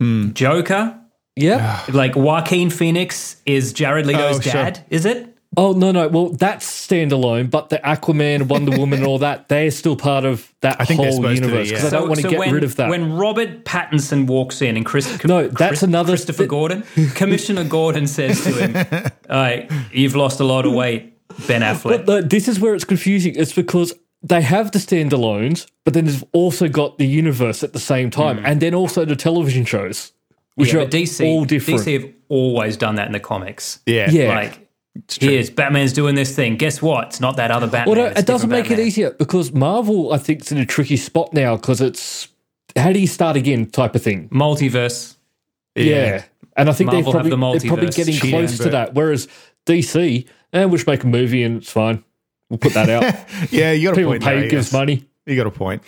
Speaker 3: Joker,
Speaker 1: yeah.
Speaker 3: like Joaquin Phoenix is Jared Leto's
Speaker 4: Oh, sure.
Speaker 3: dad, is it?
Speaker 1: oh no, no. Well, that's standalone, but the Aquaman, Wonder Woman, and all that they're still part of that
Speaker 4: think they're
Speaker 1: whole
Speaker 4: supposed to be,
Speaker 1: universe because
Speaker 4: yeah.
Speaker 1: I don't want to get
Speaker 3: when,
Speaker 1: rid of that.
Speaker 3: When Robert Pattinson walks in and Chris,
Speaker 1: No, that's
Speaker 3: Chris-
Speaker 1: another
Speaker 3: Christopher
Speaker 1: thi-
Speaker 3: Gordon, Commissioner Gordon says to him, "All right, you've lost a lot of weight, Ben Affleck."
Speaker 1: But, like, this is where it's confusing. It's because they have the standalones, but then they've also got the universe at the same
Speaker 4: Hmm.
Speaker 1: time, and then also the television shows, which
Speaker 3: yeah,
Speaker 1: are
Speaker 3: but DC,
Speaker 1: all different.
Speaker 3: DC have always done that in the comics.
Speaker 4: Yeah.
Speaker 1: Yeah.
Speaker 3: Like, here's Batman's doing this thing. Guess what? It's not that other Batman.
Speaker 1: well, no,
Speaker 3: it's
Speaker 1: it doesn't
Speaker 3: different
Speaker 1: make it
Speaker 3: Batman.
Speaker 1: easier because Marvel, I think, is in a tricky spot now because it's how do you start again type of thing.
Speaker 3: Multiverse.
Speaker 1: Yeah, and I think they're
Speaker 3: Marvel
Speaker 1: probably,
Speaker 3: have the
Speaker 1: they're probably
Speaker 3: multiverse.
Speaker 1: getting
Speaker 3: Yeah,
Speaker 1: close to
Speaker 4: but-
Speaker 1: that. Whereas DC, eh, we should make a movie and it's fine. We'll put that out.
Speaker 4: Yeah, you got a
Speaker 1: People
Speaker 4: point. there,
Speaker 1: pay, give us
Speaker 4: yes.
Speaker 1: money.
Speaker 4: You got a point.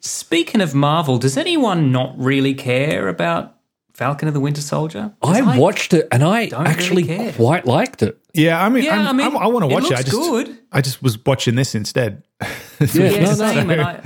Speaker 3: Speaking of Marvel, does anyone not really care about Falcon and the Winter Soldier? 'Cause
Speaker 1: I, watched it and I
Speaker 3: really
Speaker 1: actually
Speaker 3: care.
Speaker 1: quite liked it.
Speaker 4: Yeah, I mean,
Speaker 3: Yeah,
Speaker 4: I'm,
Speaker 3: I
Speaker 4: I
Speaker 3: mean,
Speaker 4: i want to
Speaker 3: it
Speaker 4: watch it. I
Speaker 3: looks
Speaker 4: just,
Speaker 3: good.
Speaker 4: I just was watching this instead.
Speaker 1: Yeah,
Speaker 3: Yeah,
Speaker 1: no, no.
Speaker 3: same. And I,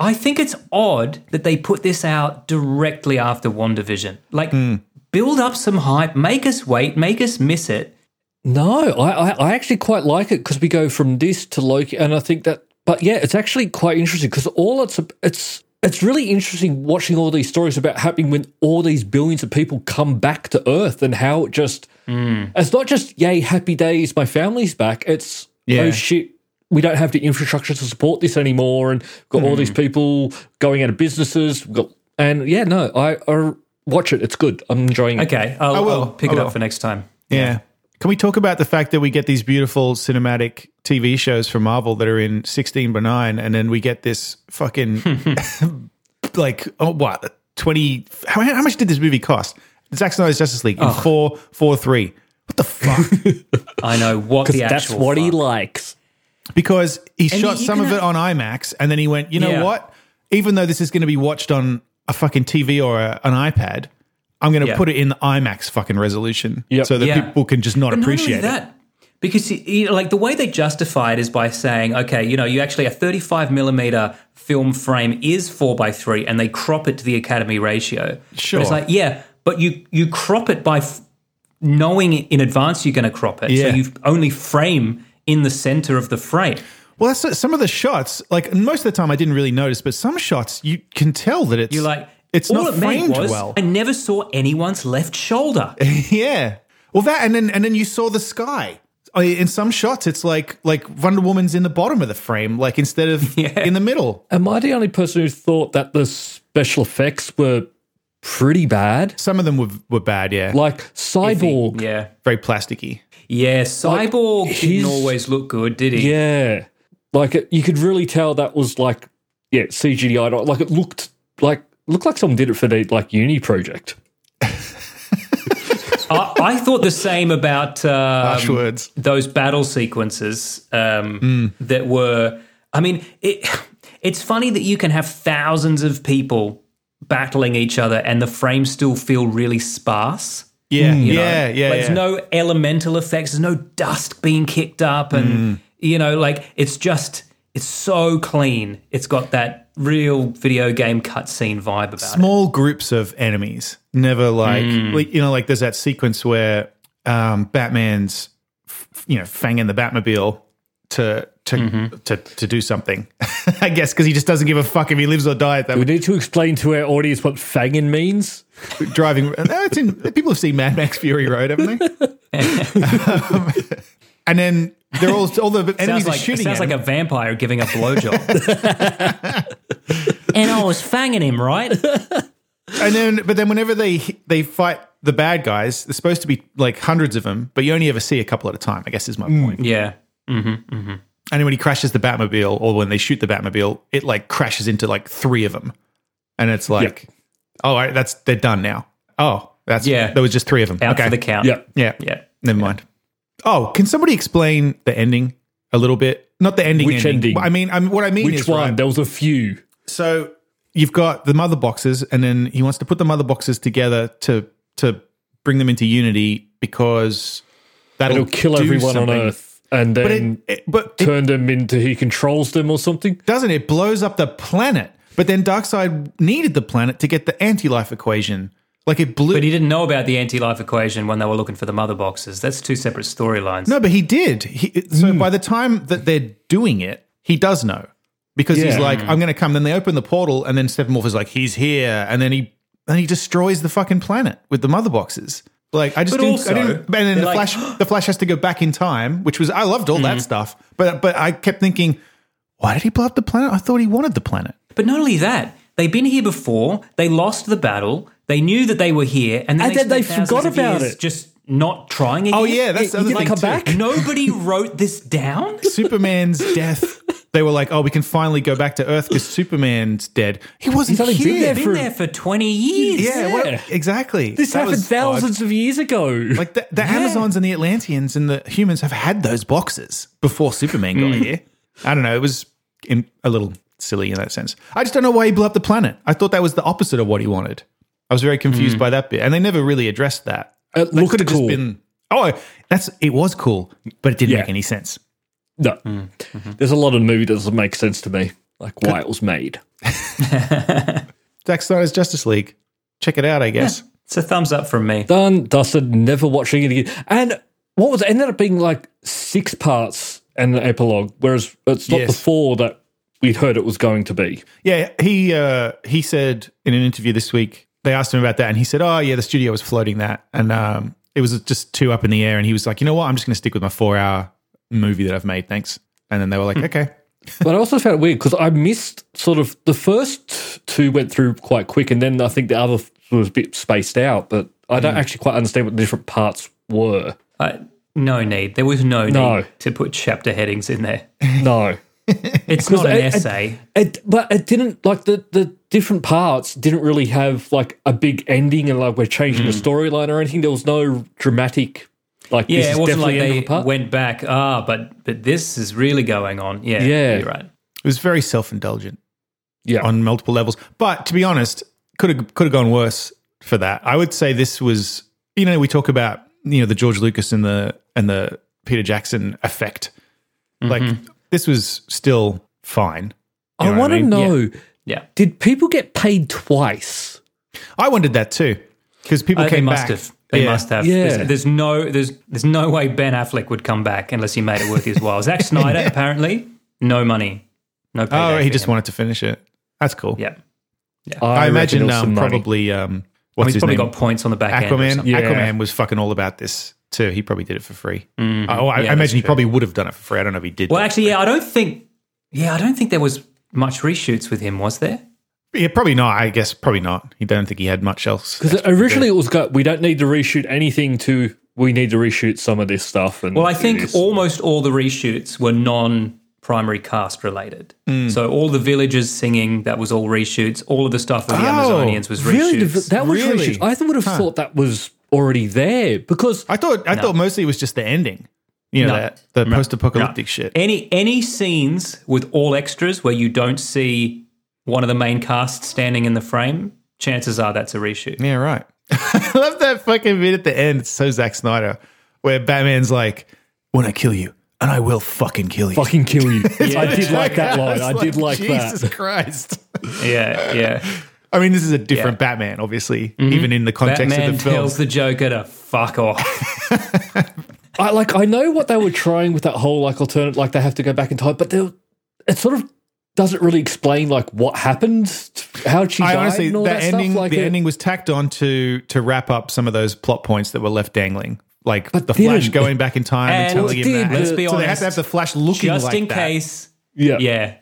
Speaker 3: I think it's odd that they put this out directly after WandaVision. Like,
Speaker 4: Hmm.
Speaker 3: build up some hype, make us wait, make us miss it.
Speaker 1: No, I, I, I actually quite like it because we go from this to Loki, and I think that. But yeah, it's actually quite interesting because all it's it's it's really interesting watching all these stories about happening when all these billions of people come back to Earth and how it just it's not just yay happy days, my family's back. It's
Speaker 4: Yeah.
Speaker 1: oh shit. We don't have the infrastructure to support this anymore, and we've got all these people going out of businesses. We've got, and yeah, no, I, I watch it. It's good. I'm enjoying it.
Speaker 3: Okay, I'll,
Speaker 4: will,
Speaker 3: I'll pick
Speaker 4: I
Speaker 3: it
Speaker 4: will.
Speaker 3: up for next time.
Speaker 4: Yeah. Can we talk about the fact that we get these beautiful cinematic TV shows from Marvel that are in 16 by 9 and then we get this fucking like oh what 20 how, how much did this movie cost? Zack Snyder's Justice League in four four three. What the fuck?
Speaker 3: I know what the
Speaker 1: that's
Speaker 3: actual.
Speaker 1: what he
Speaker 3: fuck.
Speaker 1: likes.
Speaker 4: because he
Speaker 3: And
Speaker 4: shot
Speaker 3: you- you
Speaker 4: some
Speaker 3: can
Speaker 4: of it on IMAX and then he went, "You know
Speaker 3: Yeah.
Speaker 4: what? Even though this is going to be watched on a fucking TV or a, an iPad, I'm going to
Speaker 3: Yeah.
Speaker 4: put it in the IMAX fucking resolution
Speaker 1: Yep.
Speaker 4: so that
Speaker 3: Yeah.
Speaker 4: people can just not
Speaker 3: But
Speaker 4: appreciate
Speaker 3: not only
Speaker 4: it."
Speaker 3: that, because you- you know, like the way they justify it is by saying, okay, you know, you actually a 35 millimeter film frame is four by three, and they crop it to the Academy ratio.
Speaker 4: Sure.
Speaker 3: but it's like yeah, but you you crop it by f- knowing in advance you're going to crop it,
Speaker 4: Yeah.
Speaker 3: so you only frame in the center of the frame.
Speaker 4: Well, that's some of the shots. Like most of the time, I didn't really notice, but some shots you can tell that it's
Speaker 3: You're like.
Speaker 4: it's
Speaker 3: all
Speaker 4: not
Speaker 3: it meant
Speaker 4: framed
Speaker 3: was,
Speaker 4: well.
Speaker 3: I never saw anyone's left shoulder.
Speaker 4: yeah. Well, that and then and then you saw the sky. I- In some shots, it's like like Wonder Woman's in the bottom of the frame, like instead of in the middle.
Speaker 1: Am I the only person who thought that the special effects were pretty bad?
Speaker 4: Some of them were were bad. Yeah,
Speaker 1: Like Cyborg.
Speaker 3: Yeah.
Speaker 4: very plasticky.
Speaker 3: Yeah, Cyborg
Speaker 1: his-
Speaker 3: didn't always look good, did he?
Speaker 1: Yeah. Like it, you could really tell that was like yeah, CGI not- like it looked like looked like someone did it for the like uni project.
Speaker 3: I, I thought the same about uh,
Speaker 4: Harsh words.
Speaker 3: those battle sequences um,
Speaker 4: Mm.
Speaker 3: that were. I mean, it, it's funny that you can have thousands of people battling each other and the frames still feel really sparse.
Speaker 4: Yeah,
Speaker 3: you
Speaker 4: Mm.
Speaker 3: know?
Speaker 4: yeah, yeah.
Speaker 3: Like, There's
Speaker 4: yeah.
Speaker 3: no elemental effects. There's no dust being kicked up,
Speaker 4: Mm.
Speaker 3: and you know, like it's just it's so clean. It's got that real video game cutscene vibe about it. Mm.
Speaker 4: small groups of enemies. Never like, like, you know, like there's that sequence where um, Batman's, f- you know, fanging the Batmobile to to
Speaker 3: Mm-hmm.
Speaker 4: to, to do something. I guess because he just doesn't give a fuck if he lives or dies.
Speaker 1: We
Speaker 4: That
Speaker 1: need to explain to our audience what fangin means.
Speaker 4: driving. No, it's in, people have seen Mad Max Fury Road, haven't they? Um, and then they're all all the enemies
Speaker 3: Sounds
Speaker 4: are
Speaker 3: like,
Speaker 4: shooting. at
Speaker 3: sounds like
Speaker 4: him.
Speaker 3: a vampire giving a blowjob. and I was fanging him, right?
Speaker 4: and then but then whenever they they fight the bad guys, there's supposed to be like hundreds of them, but you only ever see a couple at a time. I guess is my point.
Speaker 3: Yeah.
Speaker 4: And then when he crashes the Batmobile, or when they shoot the Batmobile, it like crashes into like three of them, and it's like, oh, all right, that's they're done now. Oh, that's
Speaker 3: Yeah.
Speaker 4: There was just three of them.
Speaker 3: Out
Speaker 4: okay,
Speaker 3: for the count.
Speaker 1: Yeah.
Speaker 4: yeah,
Speaker 3: Yeah.
Speaker 4: Never mind. Oh, can somebody explain the ending a little bit? Not the ending.
Speaker 1: Which ending?
Speaker 4: I mean, I mean, what I mean
Speaker 1: Which
Speaker 4: is
Speaker 1: one?
Speaker 4: right,
Speaker 1: There was a few.
Speaker 4: so you've got the mother boxes, and then he wants to put the mother boxes together to to bring them into unity because that'll
Speaker 1: It'll kill
Speaker 4: do
Speaker 1: everyone
Speaker 4: something.
Speaker 1: on Earth and
Speaker 4: But
Speaker 1: then
Speaker 4: it, it- but it
Speaker 1: turn them into he controls them or something.
Speaker 4: doesn't it blows up the planet but then darkseid needed the planet to get the anti-life equation like it blew
Speaker 3: But he didn't know about the anti life equation when they were looking for the mother boxes. That's two separate storylines.
Speaker 4: no but he did he, it-
Speaker 3: Hmm.
Speaker 4: so by the time that they're doing it he does know because he's
Speaker 1: Yeah.
Speaker 4: like i'm gonna come then they open the portal and then steppenwolf is like he's here and then he and he destroys the fucking planet with the mother boxes like I just
Speaker 3: But
Speaker 4: didn't,
Speaker 3: also,
Speaker 4: I didn't, and then the
Speaker 3: like- Hmm.
Speaker 4: flash, the flash has to go back in time, which was I loved all that stuff, but but I kept thinking, why did he blow up the planet? I thought he wanted the planet.
Speaker 3: But not only that, they've been here before. They lost the battle. They knew that they were here, and then,
Speaker 1: And then
Speaker 3: spent
Speaker 1: they
Speaker 3: thousands
Speaker 1: forgot
Speaker 3: of
Speaker 1: about
Speaker 3: years
Speaker 1: it.
Speaker 3: Just not trying again.
Speaker 4: Oh yeah, that's the
Speaker 1: You
Speaker 4: other
Speaker 1: get to
Speaker 4: thing
Speaker 1: come
Speaker 4: too.
Speaker 1: back?
Speaker 3: Nobody wrote this down.
Speaker 4: Superman's death. They were like, oh, we can finally go back to Earth because Superman's dead. He wasn't
Speaker 1: He's only been
Speaker 4: here.
Speaker 1: there
Speaker 3: Been
Speaker 1: For-
Speaker 3: there for twenty years.
Speaker 4: yeah, what-
Speaker 1: Yeah.
Speaker 4: exactly.
Speaker 1: This
Speaker 4: That
Speaker 1: happened
Speaker 4: was odd.
Speaker 1: thousands of years ago.
Speaker 4: Like the, the Amazons and the Atlanteans and the humans have had those boxes before Superman got
Speaker 1: Hmm.
Speaker 4: here. I don't know. It was in, a little silly in that sense. I just don't know why he blew up the planet. I thought that was the opposite of what he wanted. I was very confused by that bit, and they never really addressed that.
Speaker 1: It
Speaker 4: That
Speaker 1: Hmm. Uh, looked
Speaker 4: could've
Speaker 1: cool.
Speaker 4: oh, that's it was cool, but it didn't
Speaker 1: Yeah.
Speaker 4: make any sense.
Speaker 1: no, there's a lot of the movie that doesn't make sense to me, like why it was made.
Speaker 4: Zack Snyder's Justice League. Check it out, I guess.
Speaker 3: It's a thumbs up from me.
Speaker 1: Done, dusted, never watching it again. And what was it ended up being like six parts and an epilogue, whereas it's not the
Speaker 4: Yes.
Speaker 1: four that we'd heard it was going to be.
Speaker 4: Yeah, he uh, he said in an interview this week they asked him about that, and he said, "Oh yeah, the studio was floating that, and um, it was just too up in the air." And he was like, "You know what? I'm just going to stick with my four hour movie that I've made, thanks." And then they were like, "Okay,
Speaker 1: But I also found it weird because I missed sort of the first two went through quite quick, and then I think the other was a bit spaced out. But I don't actually quite understand what the different parts were.
Speaker 3: Uh, no need. There was no,
Speaker 1: No.
Speaker 3: need to put chapter headings in there.
Speaker 1: No,
Speaker 3: It's not an
Speaker 1: I- I-
Speaker 3: essay.
Speaker 1: it, but it didn't like the the different parts didn't really have like a big ending and like we're changing the storyline or anything. There was no dramatic like
Speaker 3: yeah,
Speaker 1: this is
Speaker 3: it wasn't
Speaker 1: definitely
Speaker 3: like
Speaker 1: the end of
Speaker 3: they
Speaker 1: a part.
Speaker 3: went back. Ah, but but this is really going on. Yeah,
Speaker 1: Yeah.
Speaker 3: you're right.
Speaker 4: it was very self indulgent
Speaker 1: yeah,
Speaker 4: on multiple levels." But to be honest, could have could have gone worse for that. I would say this was, you know, we talk about you know the George Lucas and the and the Peter Jackson effect. Like this was still fine. You
Speaker 1: I
Speaker 4: what
Speaker 1: want to
Speaker 4: mean?
Speaker 1: know:
Speaker 3: Yeah,
Speaker 1: Did people get paid twice?
Speaker 4: I wondered that too because people
Speaker 3: Uh, they
Speaker 4: came
Speaker 3: must
Speaker 4: back.
Speaker 3: have. They
Speaker 4: Yeah.
Speaker 3: must have.
Speaker 1: Yeah.
Speaker 3: There's, there's no there's there's no way Ben Affleck would come back unless he made it worth his while. Zack Snyder apparently no money, no.
Speaker 4: Oh,
Speaker 3: payday
Speaker 4: he
Speaker 3: for
Speaker 4: just
Speaker 3: him.
Speaker 4: wanted to finish it. That's cool.
Speaker 3: Yeah,
Speaker 1: reckon it
Speaker 4: I, imagine
Speaker 1: was
Speaker 4: um,
Speaker 1: some money.
Speaker 4: probably um,
Speaker 3: I mean,
Speaker 4: what's
Speaker 3: he's
Speaker 4: his
Speaker 3: probably
Speaker 4: name?
Speaker 3: got points on the back end. or
Speaker 4: Aquaman.
Speaker 3: something.
Speaker 1: Yeah.
Speaker 4: Aquaman was fucking all about this too. He probably did it for free. Oh, I,
Speaker 3: Mm-hmm. Yeah,
Speaker 4: I
Speaker 3: that's
Speaker 4: imagine he
Speaker 3: true.
Speaker 4: probably would have done it for free. I don't know if he did.
Speaker 3: Well,
Speaker 4: though.
Speaker 3: actually, yeah, I don't think. Yeah, I don't think there was much reshoots with him. Was there?
Speaker 4: yeah, probably not. I guess probably not. He don't think he had much else.
Speaker 1: Because originally it was got we don't need to reshoot anything to we need to reshoot some of this stuff and
Speaker 3: Well, I
Speaker 1: do
Speaker 3: think
Speaker 1: this.
Speaker 3: almost all the reshoots were non primary cast related.
Speaker 4: Mm.
Speaker 3: So all the villagers singing, that was all reshoots. All of the stuff with the Amazonians was reshoots.
Speaker 1: really dev- that was
Speaker 4: Oh, Really?
Speaker 1: reshoot. I would have thought that was already there because
Speaker 4: I thought. I thought mostly it was just the ending. You know,
Speaker 3: No.
Speaker 4: that, the post-apocalyptic shit.
Speaker 3: any any scenes with all extras where you don't see one of the main cast standing in the frame, chances are that's a reshoot.
Speaker 4: Yeah, right. I love that fucking bit at the end. It's so Zack Snyder, where Batman's like, "When I kill you, and I will fucking kill you."
Speaker 1: fucking kill you. I did like that line.
Speaker 4: was
Speaker 1: I did like
Speaker 4: Jesus
Speaker 1: that.
Speaker 4: Christ.
Speaker 3: Yeah, yeah.
Speaker 4: I mean, this is a different Batman, obviously, even in the context
Speaker 3: Mm-hmm. Batman
Speaker 4: of the film.
Speaker 3: tells the Joker to fuck off.
Speaker 1: I like I know what they were trying with that whole like alternate like they have to go back in time, but they it sort of doesn't really explain like what happened, how she
Speaker 4: I
Speaker 1: died,
Speaker 4: honestly,
Speaker 1: and all
Speaker 4: the
Speaker 1: that
Speaker 4: ending,
Speaker 1: stuff. Like
Speaker 4: the
Speaker 1: it-
Speaker 4: ending was tacked on to to wrap up some of those plot points that were left dangling, like the
Speaker 1: didn't.
Speaker 4: Flash going back in time and,
Speaker 3: And
Speaker 4: telling him
Speaker 1: did.
Speaker 4: that.
Speaker 1: Let's
Speaker 3: be
Speaker 4: so they have
Speaker 3: honest.
Speaker 4: to have the Flash looking
Speaker 3: Just
Speaker 4: like
Speaker 3: in
Speaker 4: that.
Speaker 3: case
Speaker 1: yeah,
Speaker 3: Yeah.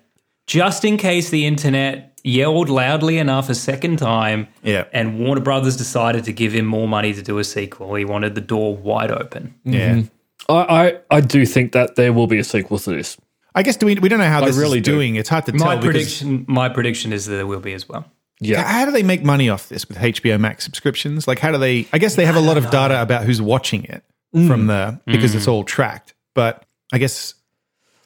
Speaker 3: Just in case the internet yelled loudly enough a second time
Speaker 4: Yeah.
Speaker 3: and Warner Brothers decided to give him more money to do a sequel. He wanted the door wide open.
Speaker 4: Yeah,
Speaker 1: I, I I do think that there will be a sequel to this.
Speaker 4: I guess do we, we don't know how this
Speaker 1: really
Speaker 4: is
Speaker 1: do.
Speaker 4: doing. It's hard to
Speaker 3: My
Speaker 4: tell. because
Speaker 3: prediction my prediction is that there will be as well.
Speaker 1: Yeah,
Speaker 4: How do they make money off this with HBO Max subscriptions? Like, how do they? I guess they have a lot of data about who's watching it from the because
Speaker 1: Mm.
Speaker 4: it's all tracked. But I guess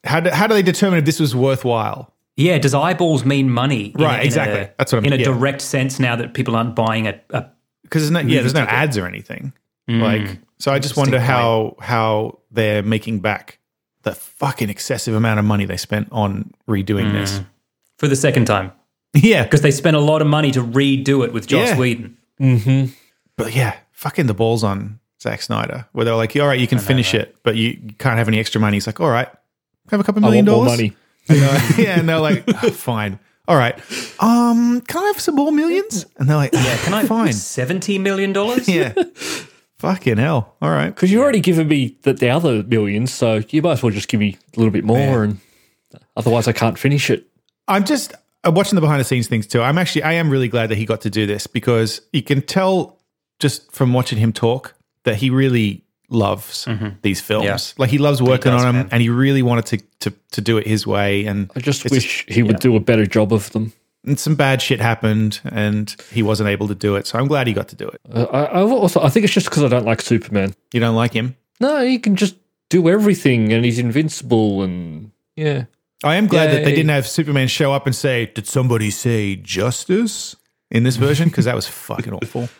Speaker 4: how do, how do they determine if this was worthwhile?
Speaker 3: Yeah, does eyeballs mean money? in a-
Speaker 4: Right,
Speaker 3: in a-
Speaker 4: exactly. That's what I'm-
Speaker 3: in a
Speaker 4: yeah.
Speaker 3: direct sense now that people aren't buying uh, a, a
Speaker 4: because there's no yeah, there's no
Speaker 1: Mm.
Speaker 4: ads or anything. Like, so I just wonder how how they're making back the fucking excessive amount of money they spent on redoing this.
Speaker 1: Mm.
Speaker 3: for the second time.
Speaker 4: Yeah,
Speaker 3: Because they spent a lot of money to redo it with Joss
Speaker 4: Yeah.
Speaker 3: Whedon.
Speaker 4: but yeah, fucking the balls on Zack Snyder, where they're like, "Yeah, all right, you can finish it, but you can't have any extra money. He's like, all right, have a couple
Speaker 1: I
Speaker 4: million
Speaker 1: want more
Speaker 4: dollars.
Speaker 1: money.
Speaker 4: And they're- yeah, and they're like, "Oh, fine, all right, um, can I have some more millions? And they're like, yeah,
Speaker 3: Can I
Speaker 4: fine,
Speaker 3: seventy million dollars?
Speaker 4: yeah, fucking hell, all right.
Speaker 1: Because you've already given me the, the other millions, so you might as well just give me a little bit more and Otherwise, I can't finish it.
Speaker 4: I'm just uh, watching the behind the scenes things too. I'm actually I am really glad that he got to do this because you can tell just from watching him talk that he really loves these films.
Speaker 3: Yeah.
Speaker 4: Like he loves working
Speaker 3: does,
Speaker 4: on them
Speaker 3: man.
Speaker 4: and he really wanted to to to do it his way and
Speaker 1: I just wish he would do a better job of them.
Speaker 4: and some bad shit happened and he wasn't able to do it. So I'm glad he got to do it.
Speaker 1: Uh, I, I also I think it's just because I don't like Superman.
Speaker 4: You don't like him?
Speaker 1: No, he can just do everything, and he's invincible, and yeah.
Speaker 4: I am glad that they
Speaker 1: Yay.
Speaker 4: didn't have Superman show up and say, "Did somebody say justice?" in this version because that was fucking awful.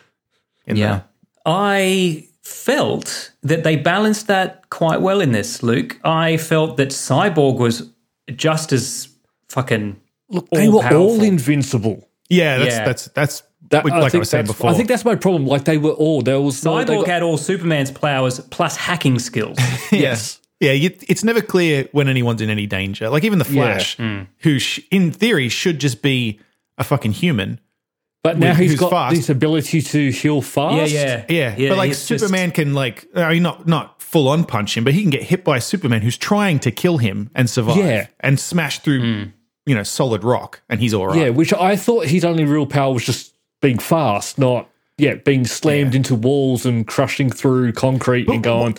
Speaker 4: In
Speaker 3: Yeah. I felt that they balanced that quite well in this, Luke. I felt that Cyborg was just as fucking.
Speaker 1: Look, they were all
Speaker 3: All-powerful.
Speaker 1: invincible.
Speaker 4: the- yeah, that's
Speaker 3: Yeah.
Speaker 4: that's that's
Speaker 1: That,
Speaker 4: like
Speaker 1: I
Speaker 4: I,
Speaker 1: think
Speaker 4: was saying
Speaker 1: that's-
Speaker 4: before.
Speaker 1: I think that's my problem. Like they were all there was. no-
Speaker 3: Cyborg
Speaker 1: they got-
Speaker 3: had all Superman's powers plus hacking skills.
Speaker 1: yes.
Speaker 4: yeah, you, it's never clear when anyone's in any danger. Like even the Flash,
Speaker 1: Mm.
Speaker 4: who sh- in theory should just be a fucking human.
Speaker 1: But now
Speaker 4: Who's
Speaker 1: he's got
Speaker 4: fast.
Speaker 1: this ability to heal fast.
Speaker 3: yeah, yeah,
Speaker 4: Yeah, but like
Speaker 3: he's just-
Speaker 4: Superman can like I mean not not full on punch him, but he can get hit by Superman who's trying to kill him and survive
Speaker 1: Yeah. Mm.
Speaker 4: and smash through you know solid rock and he's all right.
Speaker 1: Yeah, which I thought his only real power was just being fast, not yeah, being slammed into walls and crushing through concrete and going.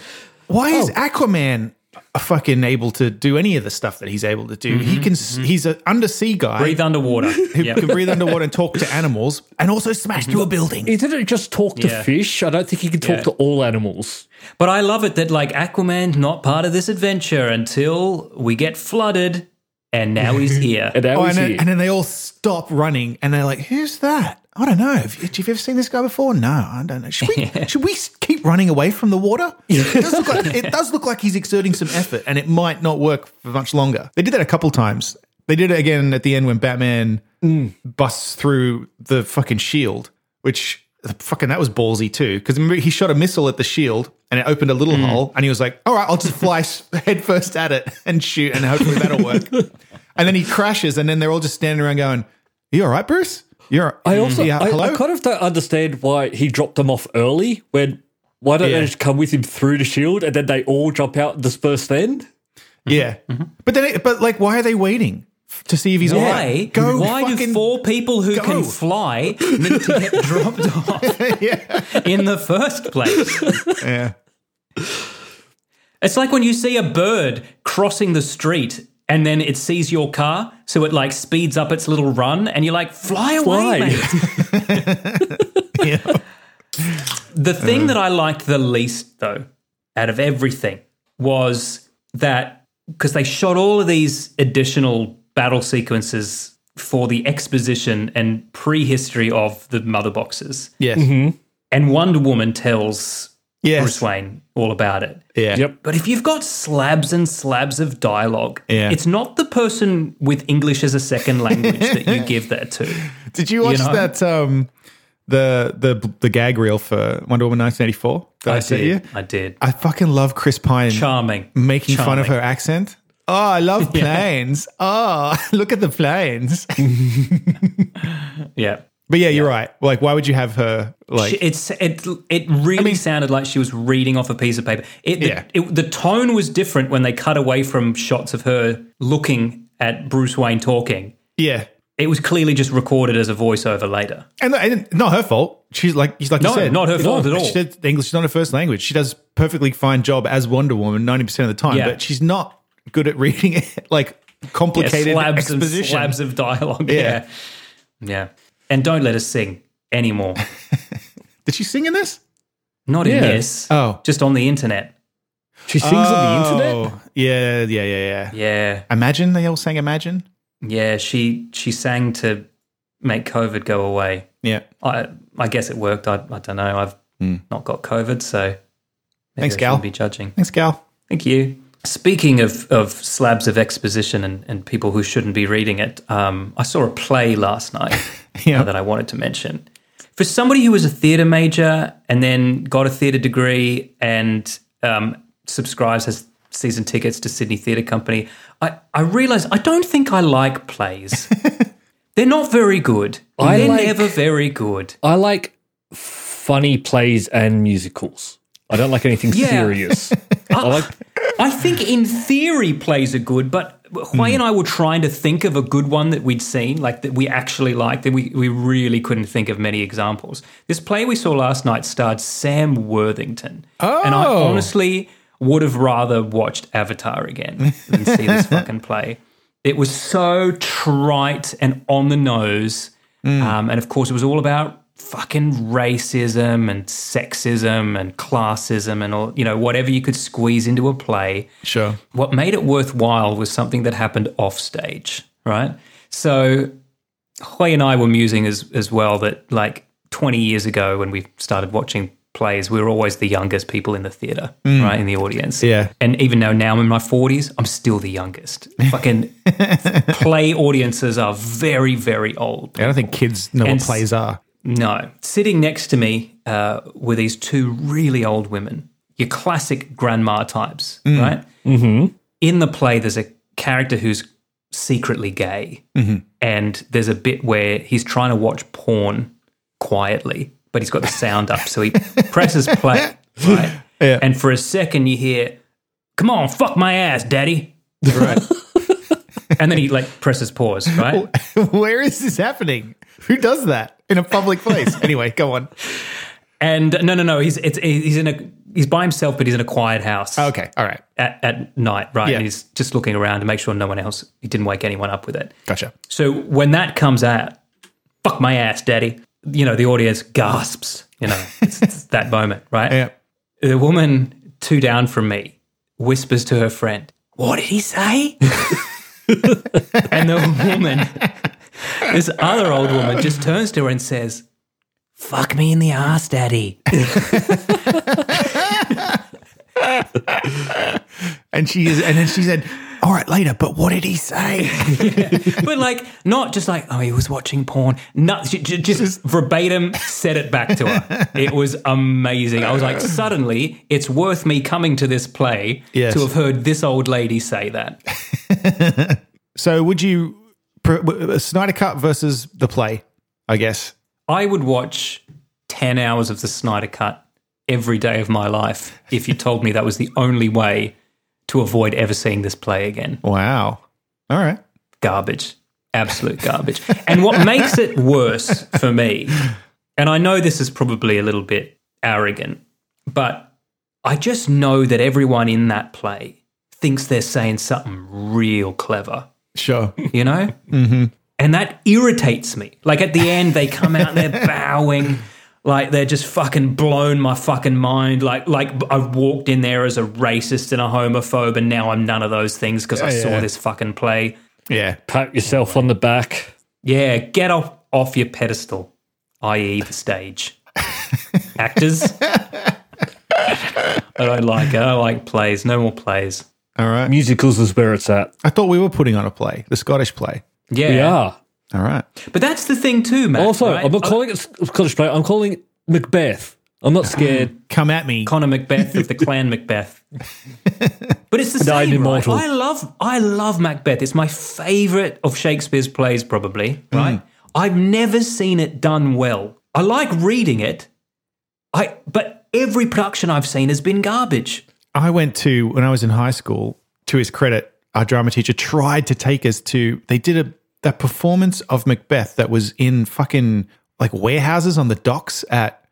Speaker 4: Why
Speaker 3: Oh.
Speaker 4: is Aquaman a fucking able to do any of the stuff that he's able to do? He can. s He's an undersea guy
Speaker 3: Mm-hmm. breathe underwater.
Speaker 4: who
Speaker 3: Yeah. Mm-hmm.
Speaker 4: can breathe underwater and talk to animals, and also smash through a building.
Speaker 1: He didn't just talk to
Speaker 3: Yeah.
Speaker 1: fish. I don't think he can talk
Speaker 3: Yeah.
Speaker 1: to all animals.
Speaker 3: But I love it that like Aquaman's not part of this adventure until we get flooded, and now he's here.
Speaker 1: And that
Speaker 4: Oh,
Speaker 1: was
Speaker 4: and, then,
Speaker 1: it.
Speaker 4: and then they all stop running, and they're like, "Who's that? I don't know. Have you, have you ever seen this guy before? No, I don't know. Should we should we keep running away from the water? It does, look like, it does look like he's exerting some effort, and it might not work for much longer. They did that a couple times. They did it again at the end when Batman busts through the fucking shield, which fucking that was ballsy too. Because he shot a missile at the shield and it opened a little
Speaker 3: Mm.
Speaker 4: hole, and he was like, "All right, I'll just fly s- headfirst at it and shoot, and hopefully that'll work." and then he crashes, and then they're all just standing around going, "You all right, Bruce? You're
Speaker 1: I also
Speaker 4: yeah,
Speaker 1: I,
Speaker 4: hello."
Speaker 1: I kind of don't understand why he dropped them off early when why don't
Speaker 4: Yeah.
Speaker 1: they just come with him through the shield and then they all jump out and disperse then?
Speaker 4: yeah,
Speaker 3: Mm-hmm.
Speaker 4: but then, it, but like, why are they waiting f- to see if he's all
Speaker 3: Why?
Speaker 4: right? Go
Speaker 3: why do
Speaker 4: fucking-
Speaker 3: four people who
Speaker 4: go.
Speaker 3: can fly need to get dropped off in the first place?
Speaker 4: Yeah.
Speaker 3: It's like when you see a bird crossing the street and then it sees your car, so it like speeds up its little run, and you're like, fly,
Speaker 1: Fly.
Speaker 3: away, mate.
Speaker 4: Yeah.
Speaker 3: The thing
Speaker 4: Uh.
Speaker 3: that I liked the least, though, out of everything, was that because they shot all of these additional battle sequences for the exposition and prehistory of the mother boxes,
Speaker 4: Yes.
Speaker 3: and Wonder Woman tells
Speaker 4: Yes.
Speaker 3: Mm-hmm. Bruce Wayne all about it.
Speaker 4: Yeah.
Speaker 1: Yep.
Speaker 3: But if you've got slabs and slabs of dialogue,
Speaker 4: Yeah.
Speaker 3: it's not the person with English as a second language that you give that to.
Speaker 4: Did you watch
Speaker 3: know?
Speaker 4: that um the the the gag reel for Wonder Woman 1984? Did I, see you?
Speaker 3: I did.
Speaker 4: I fucking love Chris Pine
Speaker 3: Charming.
Speaker 4: making fun of
Speaker 3: Charming.
Speaker 4: her accent. Oh, I love planes. Oh, look at the planes.
Speaker 3: Yeah.
Speaker 4: But yeah, you're right. Like, why would you have her like?
Speaker 3: She- it's it it really sounded like she was reading off a piece of paper. It,
Speaker 4: Yeah.
Speaker 3: the, it the tone was different when they cut away from shots of her looking at Bruce Wayne talking.
Speaker 4: yeah,
Speaker 3: It was clearly just recorded as a voiceover later.
Speaker 4: and, and not her fault. She's like, she's like you
Speaker 3: No,
Speaker 4: said,
Speaker 3: not her fault at all.
Speaker 4: She said English is not her first language. She does a perfectly fine job as Wonder Woman ninety percent of the time,
Speaker 3: Yeah.
Speaker 4: but she's not good at reading it. Like
Speaker 3: Yeah,
Speaker 4: complicated
Speaker 3: slabs and
Speaker 4: exposition.
Speaker 3: slabs of dialogue.
Speaker 4: Yeah.
Speaker 3: Yeah. yeah, And don't let us sing anymore.
Speaker 4: Did she sing in this?
Speaker 3: Not in
Speaker 1: Yeah.
Speaker 3: this.
Speaker 4: Oh.
Speaker 3: just on the internet.
Speaker 1: She sings on the internet.
Speaker 4: Oh, Yeah, yeah, yeah, yeah.
Speaker 3: Yeah,
Speaker 4: Imagine they all sang Imagine.
Speaker 3: yeah. She she sang to make COVID go away.
Speaker 4: Yeah.
Speaker 3: I I guess it worked. I, I don't know. I've not got COVID, so maybe
Speaker 4: Hmm. Thanks,
Speaker 3: I shouldn't
Speaker 4: Gal.
Speaker 3: Be judging.
Speaker 4: Thanks, Gal.
Speaker 3: Thank you. Speaking of, of slabs of exposition and, and people who shouldn't be reading it, um, I saw a play last night
Speaker 4: Yeah.
Speaker 3: uh, that I wanted to mention. For somebody who was a theatre major and then got a theatre degree and um, subscribes, has season tickets to Sydney Theatre Company, I, I realised I don't think I like plays. They're not very good.
Speaker 1: I
Speaker 3: They're
Speaker 1: like-
Speaker 3: never very good.
Speaker 1: I like funny plays and musicals. I don't like anything
Speaker 3: Yeah.
Speaker 1: serious. I like
Speaker 3: I think in theory plays are good, but Hui and I were trying to think of a good one that we'd seen, like that we actually liked, and we, we really couldn't think of many examples. This play we saw last night starred Sam Worthington. And I
Speaker 4: Oh.
Speaker 3: honestly would have rather watched Avatar again than see this fucking play. It was so trite and on the nose. Um, and of course, it was all about fucking racism and sexism and classism and all, you know, whatever you could squeeze into a play.
Speaker 4: Sure.
Speaker 3: What made it worthwhile was something that happened off stage, right? So Hui and I were musing as as well that like 20 years ago when we started watching plays, we were always the youngest people in the theater, right, in the audience.
Speaker 4: Yeah.
Speaker 3: And even though now I'm in my 40s, I'm still the youngest. Fucking play audiences are very very old.
Speaker 4: I don't think kids know
Speaker 3: And
Speaker 4: what plays are.
Speaker 3: No. Sitting next to me uh, were these two really old women, your classic grandma types,
Speaker 4: Mm.
Speaker 3: right? Mm-hmm. In the play, there's a character who's secretly gay.
Speaker 4: Mm-hmm.
Speaker 3: And there's a bit where he's trying to watch porn quietly, but he's got the sound up. So he presses play, right?
Speaker 4: Yeah.
Speaker 3: And for a second, you hear, come on, fuck my ass, daddy. Right. and then he like presses pause,
Speaker 4: Oh.
Speaker 3: right?
Speaker 4: Where is this happening? Who does that in a public place? anyway, go on.
Speaker 3: And no, no, no. He's it's, he's in a he's by himself, but he's in a quiet house.
Speaker 4: Oh, Okay, all right,
Speaker 3: At, at night, right?
Speaker 4: Yeah.
Speaker 3: And he's just looking around to make sure no one else he didn't wake anyone up with it.
Speaker 4: gotcha.
Speaker 3: So when that comes out, fuck my ass, daddy. You know the audience gasps. You know it's, it's that moment, right?
Speaker 4: Yeah.
Speaker 3: The woman two down from me whispers to her friend, "What did he say?" and the woman, this other old woman, just turns to her and says, "Fuck me in the ass, daddy."
Speaker 4: And she is, and then she said, "All right, later." But what did he say?
Speaker 3: but like not just like oh he was watching porn no she, j- just verbatim said it back to her it was amazing i was like suddenly it's worth me coming to this play
Speaker 4: Yes.
Speaker 3: to have heard this old lady say that
Speaker 4: so, would you pr- w- uh, Snyder Cut versus the play? I guess.
Speaker 3: i would watch 10 hours of the snyder cut every day of my life if you told me that was the only way to avoid ever seeing this play again
Speaker 4: Wow. All right.
Speaker 3: garbage, absolute garbage. and what makes it worse for me, and I know this is probably a little bit arrogant, but I just know that everyone in that play thinks they're saying something real clever,
Speaker 4: Sure.
Speaker 3: you know? mm-hmm. And that irritates me. Like at the end, they come out and they're bowing. Like they're just fucking blown my fucking mind. Like like I've walked in there as a racist and a homophobe, and now I'm none of those things because I saw
Speaker 4: yeah.
Speaker 3: this fucking play.
Speaker 4: Yeah.
Speaker 1: pat yourself on the back.
Speaker 3: Yeah, get off off your pedestal, i.e., the stage. Actors. I don't like it. I don't like plays. No more plays.
Speaker 4: All right.
Speaker 1: Musicals is where it's at.
Speaker 4: I thought we were putting on a play, the Scottish play.
Speaker 3: Yeah.
Speaker 1: We are.
Speaker 4: All right.
Speaker 3: But that's the thing too, man.
Speaker 1: Also, I'm not calling it Scottish play. I'm calling it Macbeth. I'm not scared.
Speaker 4: Come at me.
Speaker 3: Connor Macbeth of the Clan Macbeth. But it's the
Speaker 1: Died
Speaker 3: same, right?
Speaker 1: immortal.
Speaker 3: I love I love Macbeth. It's my favorite of Shakespeare's plays probably,
Speaker 1: Hmm.
Speaker 3: right? I've never seen it done well. I like reading it. I but every production I've seen has been garbage.
Speaker 4: I went to when I was in high school. To his credit, our drama teacher tried to take us to. They did a that performance of Macbeth that was in fucking like warehouses on the docks at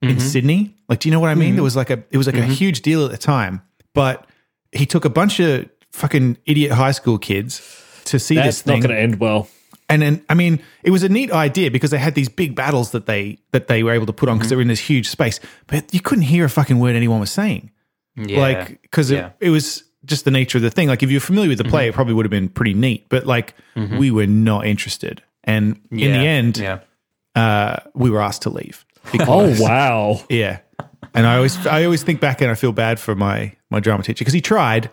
Speaker 4: in Sydney. Like, do you know what I mean? There was like a it was like a huge deal at the time. But he took a bunch of fucking idiot high school kids to see this
Speaker 1: That's not
Speaker 4: thing.
Speaker 1: going to end well.
Speaker 4: and then I mean, it was a neat idea because they had these big battles that they that they were able to put on because they were in this huge space, but you couldn't hear a fucking word anyone was saying.
Speaker 3: Yeah.
Speaker 4: Like because
Speaker 3: Yeah. Mm-hmm.
Speaker 4: it, it was just the nature of the thing. Like if you're familiar with the play, it probably would have been pretty neat, but like we were not interested, and in the end,
Speaker 3: yeah.
Speaker 4: uh, we were asked to leave.
Speaker 1: Oh wow!
Speaker 4: Yeah, and I always I always think back and I feel bad for my my drama teacher because he tried,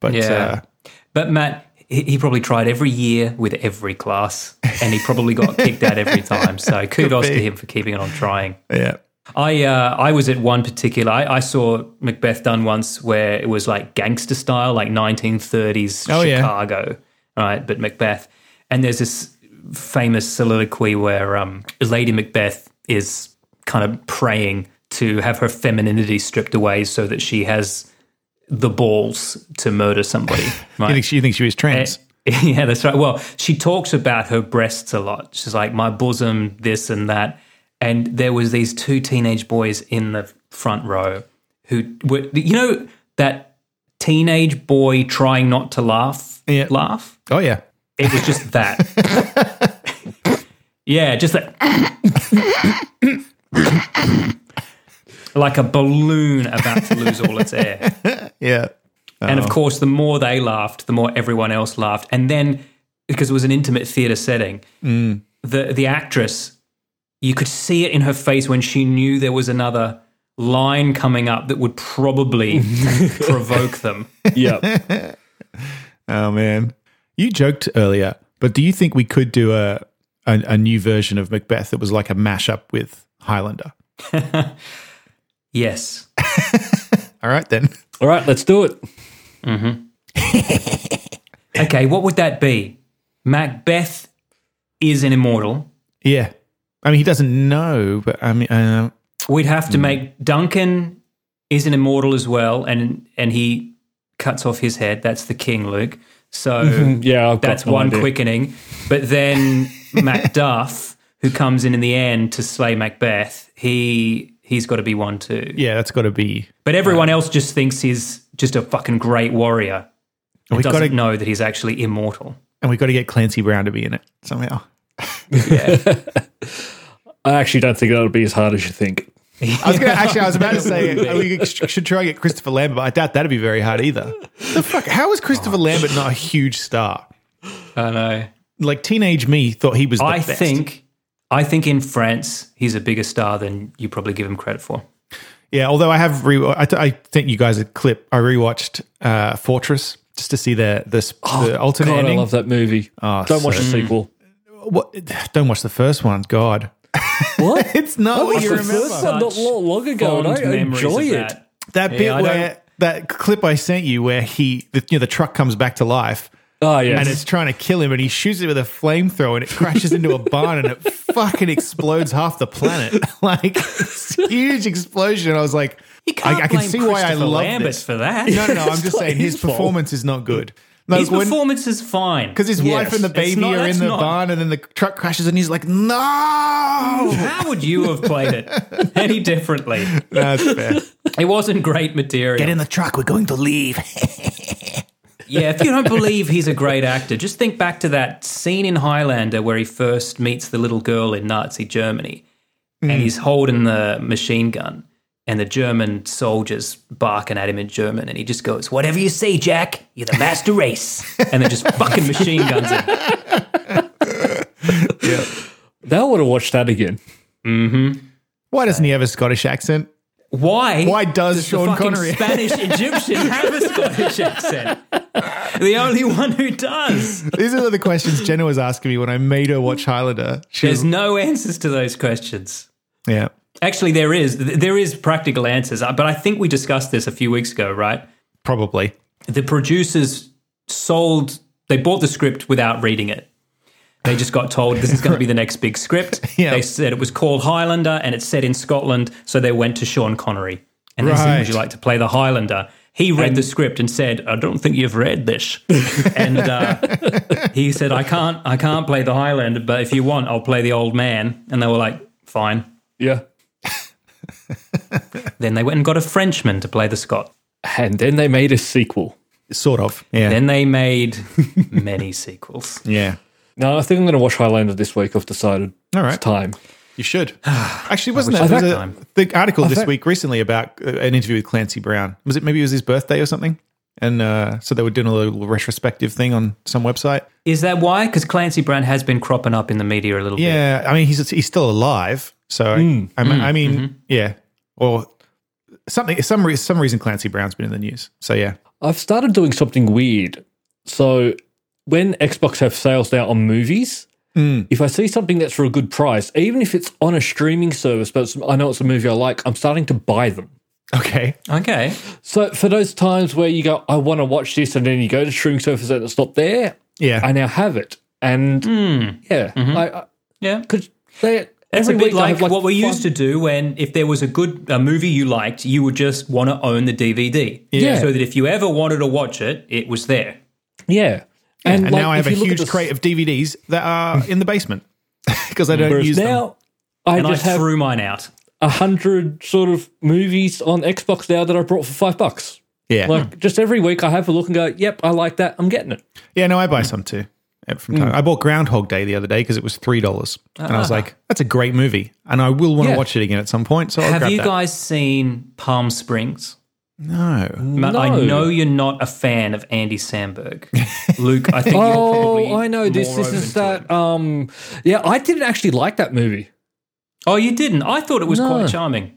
Speaker 4: but uh,
Speaker 3: Yeah.
Speaker 4: yeah.
Speaker 3: But Matt, he, he probably tried every year with every class, and he probably got kicked out every time. So kudos to
Speaker 4: be.
Speaker 3: him for keeping it on trying.
Speaker 4: Uh, yeah.
Speaker 3: I uh, I was at one particular. I, I saw Macbeth done once where it was like gangster style, like 1930s
Speaker 4: Oh, yeah.
Speaker 3: Chicago, right? But Macbeth, and there's this famous soliloquy where um, Lady Macbeth is kind of praying to have her femininity stripped away so that she has the balls to murder somebody. Right?
Speaker 4: You think she, you think she was trans?
Speaker 3: eh. Yeah, that's right. Well, she talks about her breasts a lot. She's like, my bosom, this and that. And there was these two teenage boys in the front row who were, you know, that teenage boy trying not to laugh,
Speaker 4: Yeah.
Speaker 3: laugh.
Speaker 4: oh yeah.
Speaker 3: It was just that. yeah, just that. like a balloon about to lose all its air.
Speaker 4: Yeah.
Speaker 3: And of course, the more they laughed, the more everyone else laughed. And then, because it was an intimate theater setting, the the actress, you could see it in her face when she knew there was another line coming up that would probably provoke them.
Speaker 1: yeah.
Speaker 4: Oh man. You joked earlier, but do you think we could do a a, a new version of Macbeth that was like a mashup with Highlander?
Speaker 3: Yes.
Speaker 4: All right then.
Speaker 1: All right, let's do it.
Speaker 3: Okay, what would that be? Macbeth is an immortal.
Speaker 4: Yeah. I mean, he doesn't know, but I mean, uh,
Speaker 3: We'd have to make Duncan is an immortal as well, and and he cuts off his head. That's the king, Luke. So.
Speaker 1: Yeah, I've got
Speaker 3: That's
Speaker 1: no
Speaker 3: one
Speaker 1: idea.
Speaker 3: quickening. But then Macduff, who comes in in the end to slay Macbeth, he he's got to be one too.
Speaker 4: yeah, that's got to be.
Speaker 3: But everyone else just thinks he's just a fucking great warrior. And
Speaker 4: We
Speaker 3: doesn't
Speaker 4: gotta-
Speaker 3: know that he's actually immortal.
Speaker 4: And we got to get Clancy Brown to be in it somehow.
Speaker 1: I actually don't think that'll be as hard as you think.
Speaker 4: I was gonna, actually, I was about to say uh, we should try and get Christopher Lambert, but I doubt that'd be very hard either. The fuck? How is Christopher Lambert not a huge star?
Speaker 3: I know.
Speaker 4: Like teenage me thought he was. The
Speaker 3: I
Speaker 4: best.
Speaker 3: think I think in France he's a bigger star than you probably give him credit for.
Speaker 4: Yeah, although I have re I, th- I think you guys had clip. I rewatched uh, Fortress just to see the the, sp- the Ah, alternate
Speaker 1: God, I
Speaker 4: ending.
Speaker 1: love that movie. don't watch the sequel.
Speaker 4: What- Don't watch the first one. God,
Speaker 1: What?
Speaker 4: it's not what
Speaker 1: watched
Speaker 4: you
Speaker 1: the
Speaker 4: remember.
Speaker 1: first one not
Speaker 3: Such
Speaker 1: long, long ago, and
Speaker 3: Fond
Speaker 1: I
Speaker 3: memories
Speaker 1: enjoy
Speaker 3: of
Speaker 1: it.
Speaker 3: that.
Speaker 4: That bit
Speaker 3: Yeah, I
Speaker 4: where that clip I sent you, where he the, you know the truck comes back to life.
Speaker 1: Oh yeah,
Speaker 4: And it's trying to kill him, and he shoots it with a flamethrower, and it crashes into a barn, and it fucking explodes half the planet. Like it's a huge explosion. I was like,
Speaker 3: You can't
Speaker 4: I, I can
Speaker 3: blame
Speaker 4: see why I
Speaker 3: Christopher
Speaker 4: love
Speaker 3: Lambert
Speaker 4: this.
Speaker 3: for that.
Speaker 4: No, no, no. I'm just
Speaker 1: not
Speaker 4: saying his,
Speaker 1: his fault.
Speaker 4: performance is not good. Like,
Speaker 3: his
Speaker 4: when-
Speaker 3: performance is fine.
Speaker 4: Because his wife
Speaker 1: Yes.
Speaker 4: and the
Speaker 1: It's
Speaker 4: baby
Speaker 3: not-
Speaker 4: are in
Speaker 3: that's
Speaker 4: the
Speaker 3: not-
Speaker 4: barn, and then the truck crashes, and he's like, "No,
Speaker 3: Oh, how would you have played it any differently?
Speaker 4: that's fair.
Speaker 3: It wasn't great material.
Speaker 4: the truck. We're going to leave."
Speaker 3: Yeah, if you don't believe he's a great actor, just think back to that scene in Highlander where he first meets the little girl in Nazi Germany
Speaker 4: Hmm.
Speaker 3: and he's holding the machine gun and the German soldiers barking at him in German and he just goes, Whatever you say, Jack, you're the master race. And then just fucking machine guns him.
Speaker 1: now I want to watch that again.
Speaker 4: Why doesn't he have a Scottish accent?
Speaker 3: Why?
Speaker 4: Why does
Speaker 3: the
Speaker 4: Sean
Speaker 3: fucking
Speaker 4: Connery-
Speaker 3: Spanish Egyptian have a Scottish accent? The only one who does.
Speaker 4: These are the questions Jenna was asking me when I made her watch Highlander. She
Speaker 3: There's
Speaker 4: was,
Speaker 3: no answers to those questions.
Speaker 4: yeah,
Speaker 3: Actually, there is there is practical answers, uh, but I think we discussed this a few weeks ago, right?
Speaker 4: probably.
Speaker 3: The producers sold they bought the script without reading it. They just got told this is going to be the next big script.
Speaker 4: Yeah.
Speaker 3: They said it was called Highlander and it's set in Scotland, so they went to Sean Connery and they said,
Speaker 4: Right.
Speaker 3: "Would you like to play the Highlander?" He read the script and said, "I don't think you've read this," and uh, he said, "I can't, I can't play the Highlander, but if you want, I'll play the old man." And they were like, "Fine."
Speaker 1: Yeah,
Speaker 3: Then they went and got a Frenchman to play the Scot.
Speaker 1: and then they made a sequel.
Speaker 4: Sort of. Yeah,
Speaker 3: Then they made many sequels.
Speaker 4: yeah.
Speaker 1: No, I think I'm going to watch Highlander this week. I've decided.
Speaker 4: All right.
Speaker 1: It's time.
Speaker 4: You should. Actually, wasn't
Speaker 3: wish
Speaker 4: that
Speaker 3: I
Speaker 4: there was
Speaker 3: had
Speaker 4: a,
Speaker 3: time.
Speaker 4: the article this
Speaker 1: think-
Speaker 4: week recently about uh, an interview with Clancy Brown? Was it maybe it was his birthday or something? And uh, so they were doing a little retrospective thing on some website.
Speaker 3: Is that why? Because Clancy Brown has been cropping up in the media a little bit.
Speaker 4: Yeah, Mm. I mean he's he's still alive, so I, I, mean- I mean, yeah, or something. Some re- some reason Clancy Brown's been in the news. So yeah,
Speaker 1: I've started doing something weird. So when Xbox have sales now on movies,
Speaker 4: Hmm.
Speaker 1: if I see something that's for a good price, even if it's on a streaming service, but it's- I know it's a movie I like, I'm starting to buy them.
Speaker 4: okay,
Speaker 3: Okay.
Speaker 1: So for those times where you go, I want to watch this, and then you go to streaming service and it's not there,
Speaker 4: yeah,
Speaker 1: I now have it, and yeah, I, I
Speaker 3: Yeah.
Speaker 1: could they
Speaker 3: It's Hmm. Mm-hmm. a
Speaker 1: Every
Speaker 3: bit
Speaker 1: week I
Speaker 3: like,
Speaker 1: have, like,
Speaker 3: what we used to
Speaker 1: fun-
Speaker 3: do when if there was a good a movie you liked, you would just want to own the DVD.
Speaker 1: Yeah.
Speaker 3: So that if you ever wanted to watch it, it was there.
Speaker 1: Yeah.
Speaker 4: And,
Speaker 1: like,
Speaker 4: now I have a
Speaker 1: if you look at
Speaker 4: huge
Speaker 1: this-
Speaker 4: crate of DVDs that are in the basement because I don't use them.
Speaker 1: Now I
Speaker 3: And I
Speaker 1: just have
Speaker 3: threw mine out.
Speaker 1: a hundred sort of movies on Xbox now that I brought for five bucks.
Speaker 4: Yeah.
Speaker 1: Like just every week I have a look and go, yep, I like that. I'm getting it.
Speaker 4: Yeah, no, I buy some too. uh, From
Speaker 1: Mm.
Speaker 4: time. I bought Groundhog Day the other day because it was three dollars, and I was like, "That's a great movie, and I will want
Speaker 1: Ah.
Speaker 4: to
Speaker 1: Yeah.
Speaker 4: watch it again at some point." So I'll
Speaker 3: Have
Speaker 4: grab
Speaker 3: you
Speaker 4: that.
Speaker 3: guys seen Palm Springs?
Speaker 4: no,
Speaker 3: Matt, I
Speaker 1: No.
Speaker 3: know you're not a fan of Andy Sandberg. Luke, I think you're probably
Speaker 1: Oh, I know this.
Speaker 3: more
Speaker 1: This
Speaker 3: open
Speaker 1: is
Speaker 3: to
Speaker 1: that.
Speaker 3: it.
Speaker 1: Um, yeah, I didn't actually like that movie.
Speaker 3: Oh, you didn't. I thought it was
Speaker 1: No.
Speaker 3: quite charming.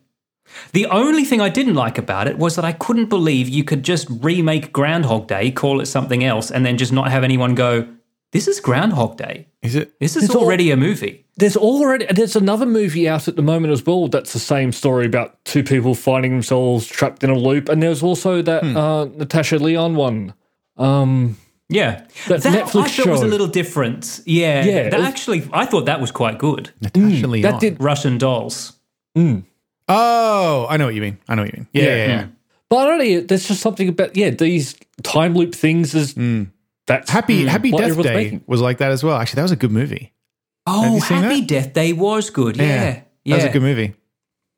Speaker 3: The only thing I didn't like about it was that I couldn't believe you could just remake Groundhog Day, call it something else, and then just not have anyone go, "This is Groundhog Day.
Speaker 4: is it?
Speaker 3: This is
Speaker 1: It's all-
Speaker 3: already a movie."
Speaker 1: There's already there's another movie out at the moment as well that's the same story about two people finding themselves trapped in a loop, and there's also that
Speaker 4: Hmm.
Speaker 1: uh, Natasha Leon one. Um,
Speaker 3: Yeah,
Speaker 1: That Netflix
Speaker 3: I thought was a
Speaker 1: show.
Speaker 3: little different. Yeah,
Speaker 1: Yeah,
Speaker 3: that
Speaker 1: it was-
Speaker 3: actually, I thought that was quite good.
Speaker 4: Natasha Leon.
Speaker 1: that did,
Speaker 3: Russian Dolls.
Speaker 4: Oh, I know what you mean. I know what you mean. Yeah, yeah,
Speaker 1: Yeah. Mm.
Speaker 4: yeah.
Speaker 1: but only there's just something about yeah these time loop things is that's
Speaker 4: Hmm. Happy Happy
Speaker 1: Mm. what
Speaker 4: Death
Speaker 1: everyone's
Speaker 4: Day
Speaker 1: making.
Speaker 4: was like that as well. Actually, that was a good movie.
Speaker 3: Oh,
Speaker 4: you seen
Speaker 3: Happy
Speaker 4: that?
Speaker 3: Death Day was good. Yeah, yeah,
Speaker 4: that was a good movie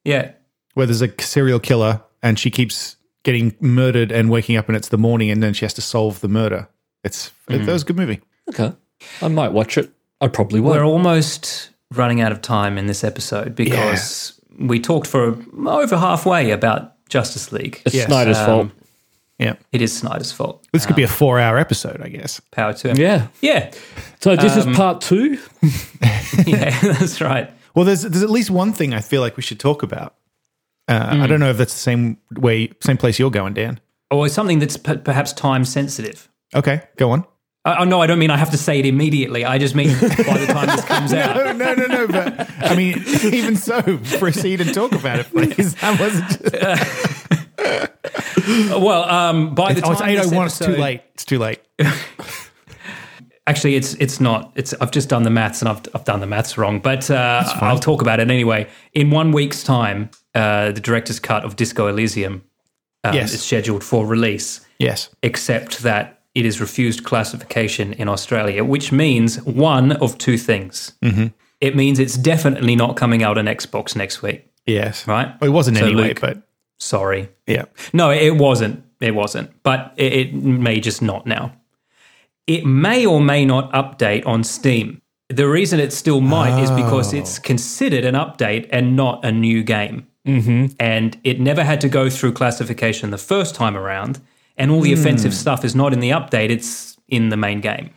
Speaker 3: yeah.
Speaker 4: where there's a serial killer and she keeps getting murdered and waking up and it's the morning and then she has to solve the murder. It's that was a good movie.
Speaker 1: Okay, I might watch it. I probably will.
Speaker 3: We're almost running out of time in this episode because we talked for over halfway about Justice League.
Speaker 1: it's
Speaker 4: yes,
Speaker 1: Snyder's fault.
Speaker 4: Yeah, Uh,
Speaker 3: It is Snyder's fault.
Speaker 4: this could be a four-hour episode, I guess.
Speaker 3: Power to him.
Speaker 1: Yeah.
Speaker 3: Yeah.
Speaker 1: So this
Speaker 4: um,
Speaker 1: is part two.
Speaker 3: Yeah, that's right.
Speaker 4: Well, there's there's at least one thing I feel like we should talk about. Uh, I don't know if that's the same way, same place you're going, Dan.
Speaker 3: Or something that's p- perhaps time sensitive.
Speaker 4: Okay, go on.
Speaker 3: Oh, no, I don't mean I have to say it immediately. I just mean by the time this comes out.
Speaker 4: Oh, No, no, no, no. But I mean, even so, proceed and talk about it, please. That wasn't.
Speaker 3: Well, um, by the
Speaker 4: oh,
Speaker 3: time
Speaker 4: it's eight
Speaker 3: this
Speaker 4: oh one. It's too
Speaker 3: episode-
Speaker 4: late. It's too late.
Speaker 3: Actually, it's it's not. It's I've just done the maths and I've I've done the maths wrong, but uh, I'll talk about it anyway. In one week's time, uh, the director's cut of Disco Elysium uh,
Speaker 4: Yes.
Speaker 3: is scheduled for release,
Speaker 4: Yes.
Speaker 3: except that it is refused classification in Australia, which means one of two things. It means it's definitely not coming out on Xbox next week.
Speaker 4: Yes.
Speaker 3: Right.
Speaker 4: Well, it wasn't
Speaker 3: So,
Speaker 4: anyway,
Speaker 3: Luke-
Speaker 4: but
Speaker 3: Sorry,
Speaker 4: yeah.
Speaker 3: no, it wasn't. It wasn't. But it, it may just not now. It may or may not update on Steam. The reason it still might is because
Speaker 4: Oh.
Speaker 3: it's considered an update and not a new game. Mm-hmm. And it never had to go through classification the first time around. And all the offensive
Speaker 4: Hmm.
Speaker 3: stuff is not in the update, it's in the main game.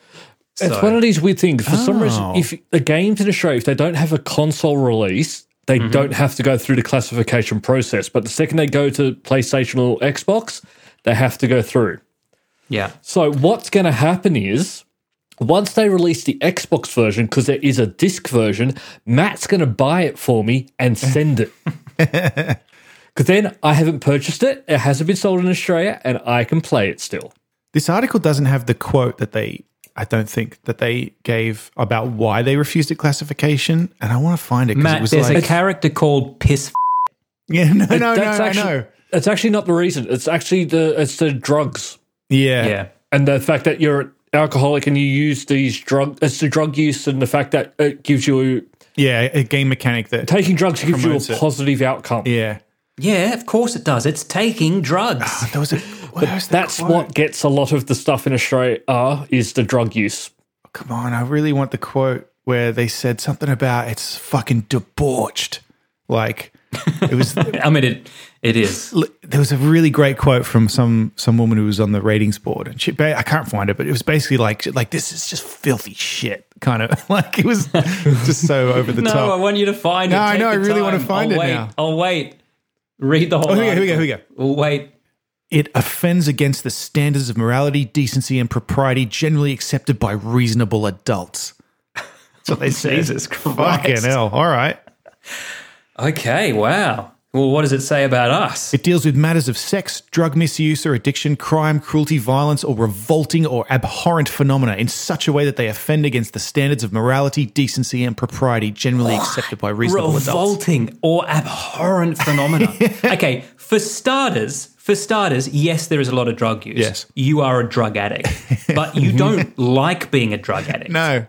Speaker 1: It's one of these weird things. For some reason, if the games in Australia, if they don't have a console release, they don't have to go through the classification process. But the second they go to PlayStation or Xbox, they have to go through.
Speaker 3: Yeah.
Speaker 1: So what's going to happen is once they release the Xbox version, because there is a disc version, Matt's going to buy it for me and send it. Because then I haven't purchased it, it hasn't been sold in Australia, and I can play it still.
Speaker 4: This article doesn't have the quote that they. I don't think that they gave about why they refused it classification, and I want to find it because it
Speaker 3: Matt,
Speaker 4: was
Speaker 3: there's
Speaker 4: like,
Speaker 3: a character called Piss. F-
Speaker 4: yeah, no, no, no, I
Speaker 1: actually,
Speaker 4: know.
Speaker 1: It's actually not the reason. It's actually the it's the drugs.
Speaker 4: Yeah,
Speaker 3: yeah.
Speaker 1: and the fact that you're an alcoholic and you use these drug it's the drug use and the fact that it gives you
Speaker 4: yeah, a game mechanic that.
Speaker 1: taking drugs gives
Speaker 4: Promotes
Speaker 1: you a
Speaker 4: it.
Speaker 1: positive outcome
Speaker 4: Yeah,
Speaker 3: Yeah, of course it does. It's taking drugs.
Speaker 4: there was a. Where was the
Speaker 1: that's
Speaker 4: quote?
Speaker 1: what gets a lot of the stuff in australia are is the drug use
Speaker 4: Come on, I really want the quote where they said something about it's fucking debauched. Like it was
Speaker 3: I mean, it, it is.
Speaker 4: l- there was a really great quote from some some woman who was on the ratings board and she ba- I can't find it, but it was basically like like this is just filthy shit kind of like it was just so over the
Speaker 3: No, I
Speaker 4: top.
Speaker 3: want you to find it.
Speaker 4: No, I
Speaker 3: Take
Speaker 4: know, I
Speaker 3: the
Speaker 4: really
Speaker 3: time.
Speaker 4: wanna find
Speaker 3: I'll
Speaker 4: it
Speaker 3: wait.
Speaker 4: now.
Speaker 3: I'll wait. Read the whole.
Speaker 4: Oh, here we go, here we go, here we go.
Speaker 3: We'll wait.
Speaker 4: It offends against the standards of morality, decency, and propriety generally accepted by reasonable adults. That's what they say.
Speaker 3: Jesus Christ.
Speaker 4: Fucking hell. All right.
Speaker 3: Okay. Wow. Well, what does it say about us?
Speaker 4: It deals with matters of sex, drug misuse or addiction, crime, cruelty, violence, or revolting or abhorrent phenomena in such a way that they offend against the standards of morality, decency, and propriety generally accepted by reasonable adults.
Speaker 3: revolting or abhorrent phenomena. Okay, for starters, for starters, yes, there is a lot of drug use.
Speaker 4: Yes.
Speaker 3: you are a drug addict, but you don't like being a drug addict,
Speaker 4: No,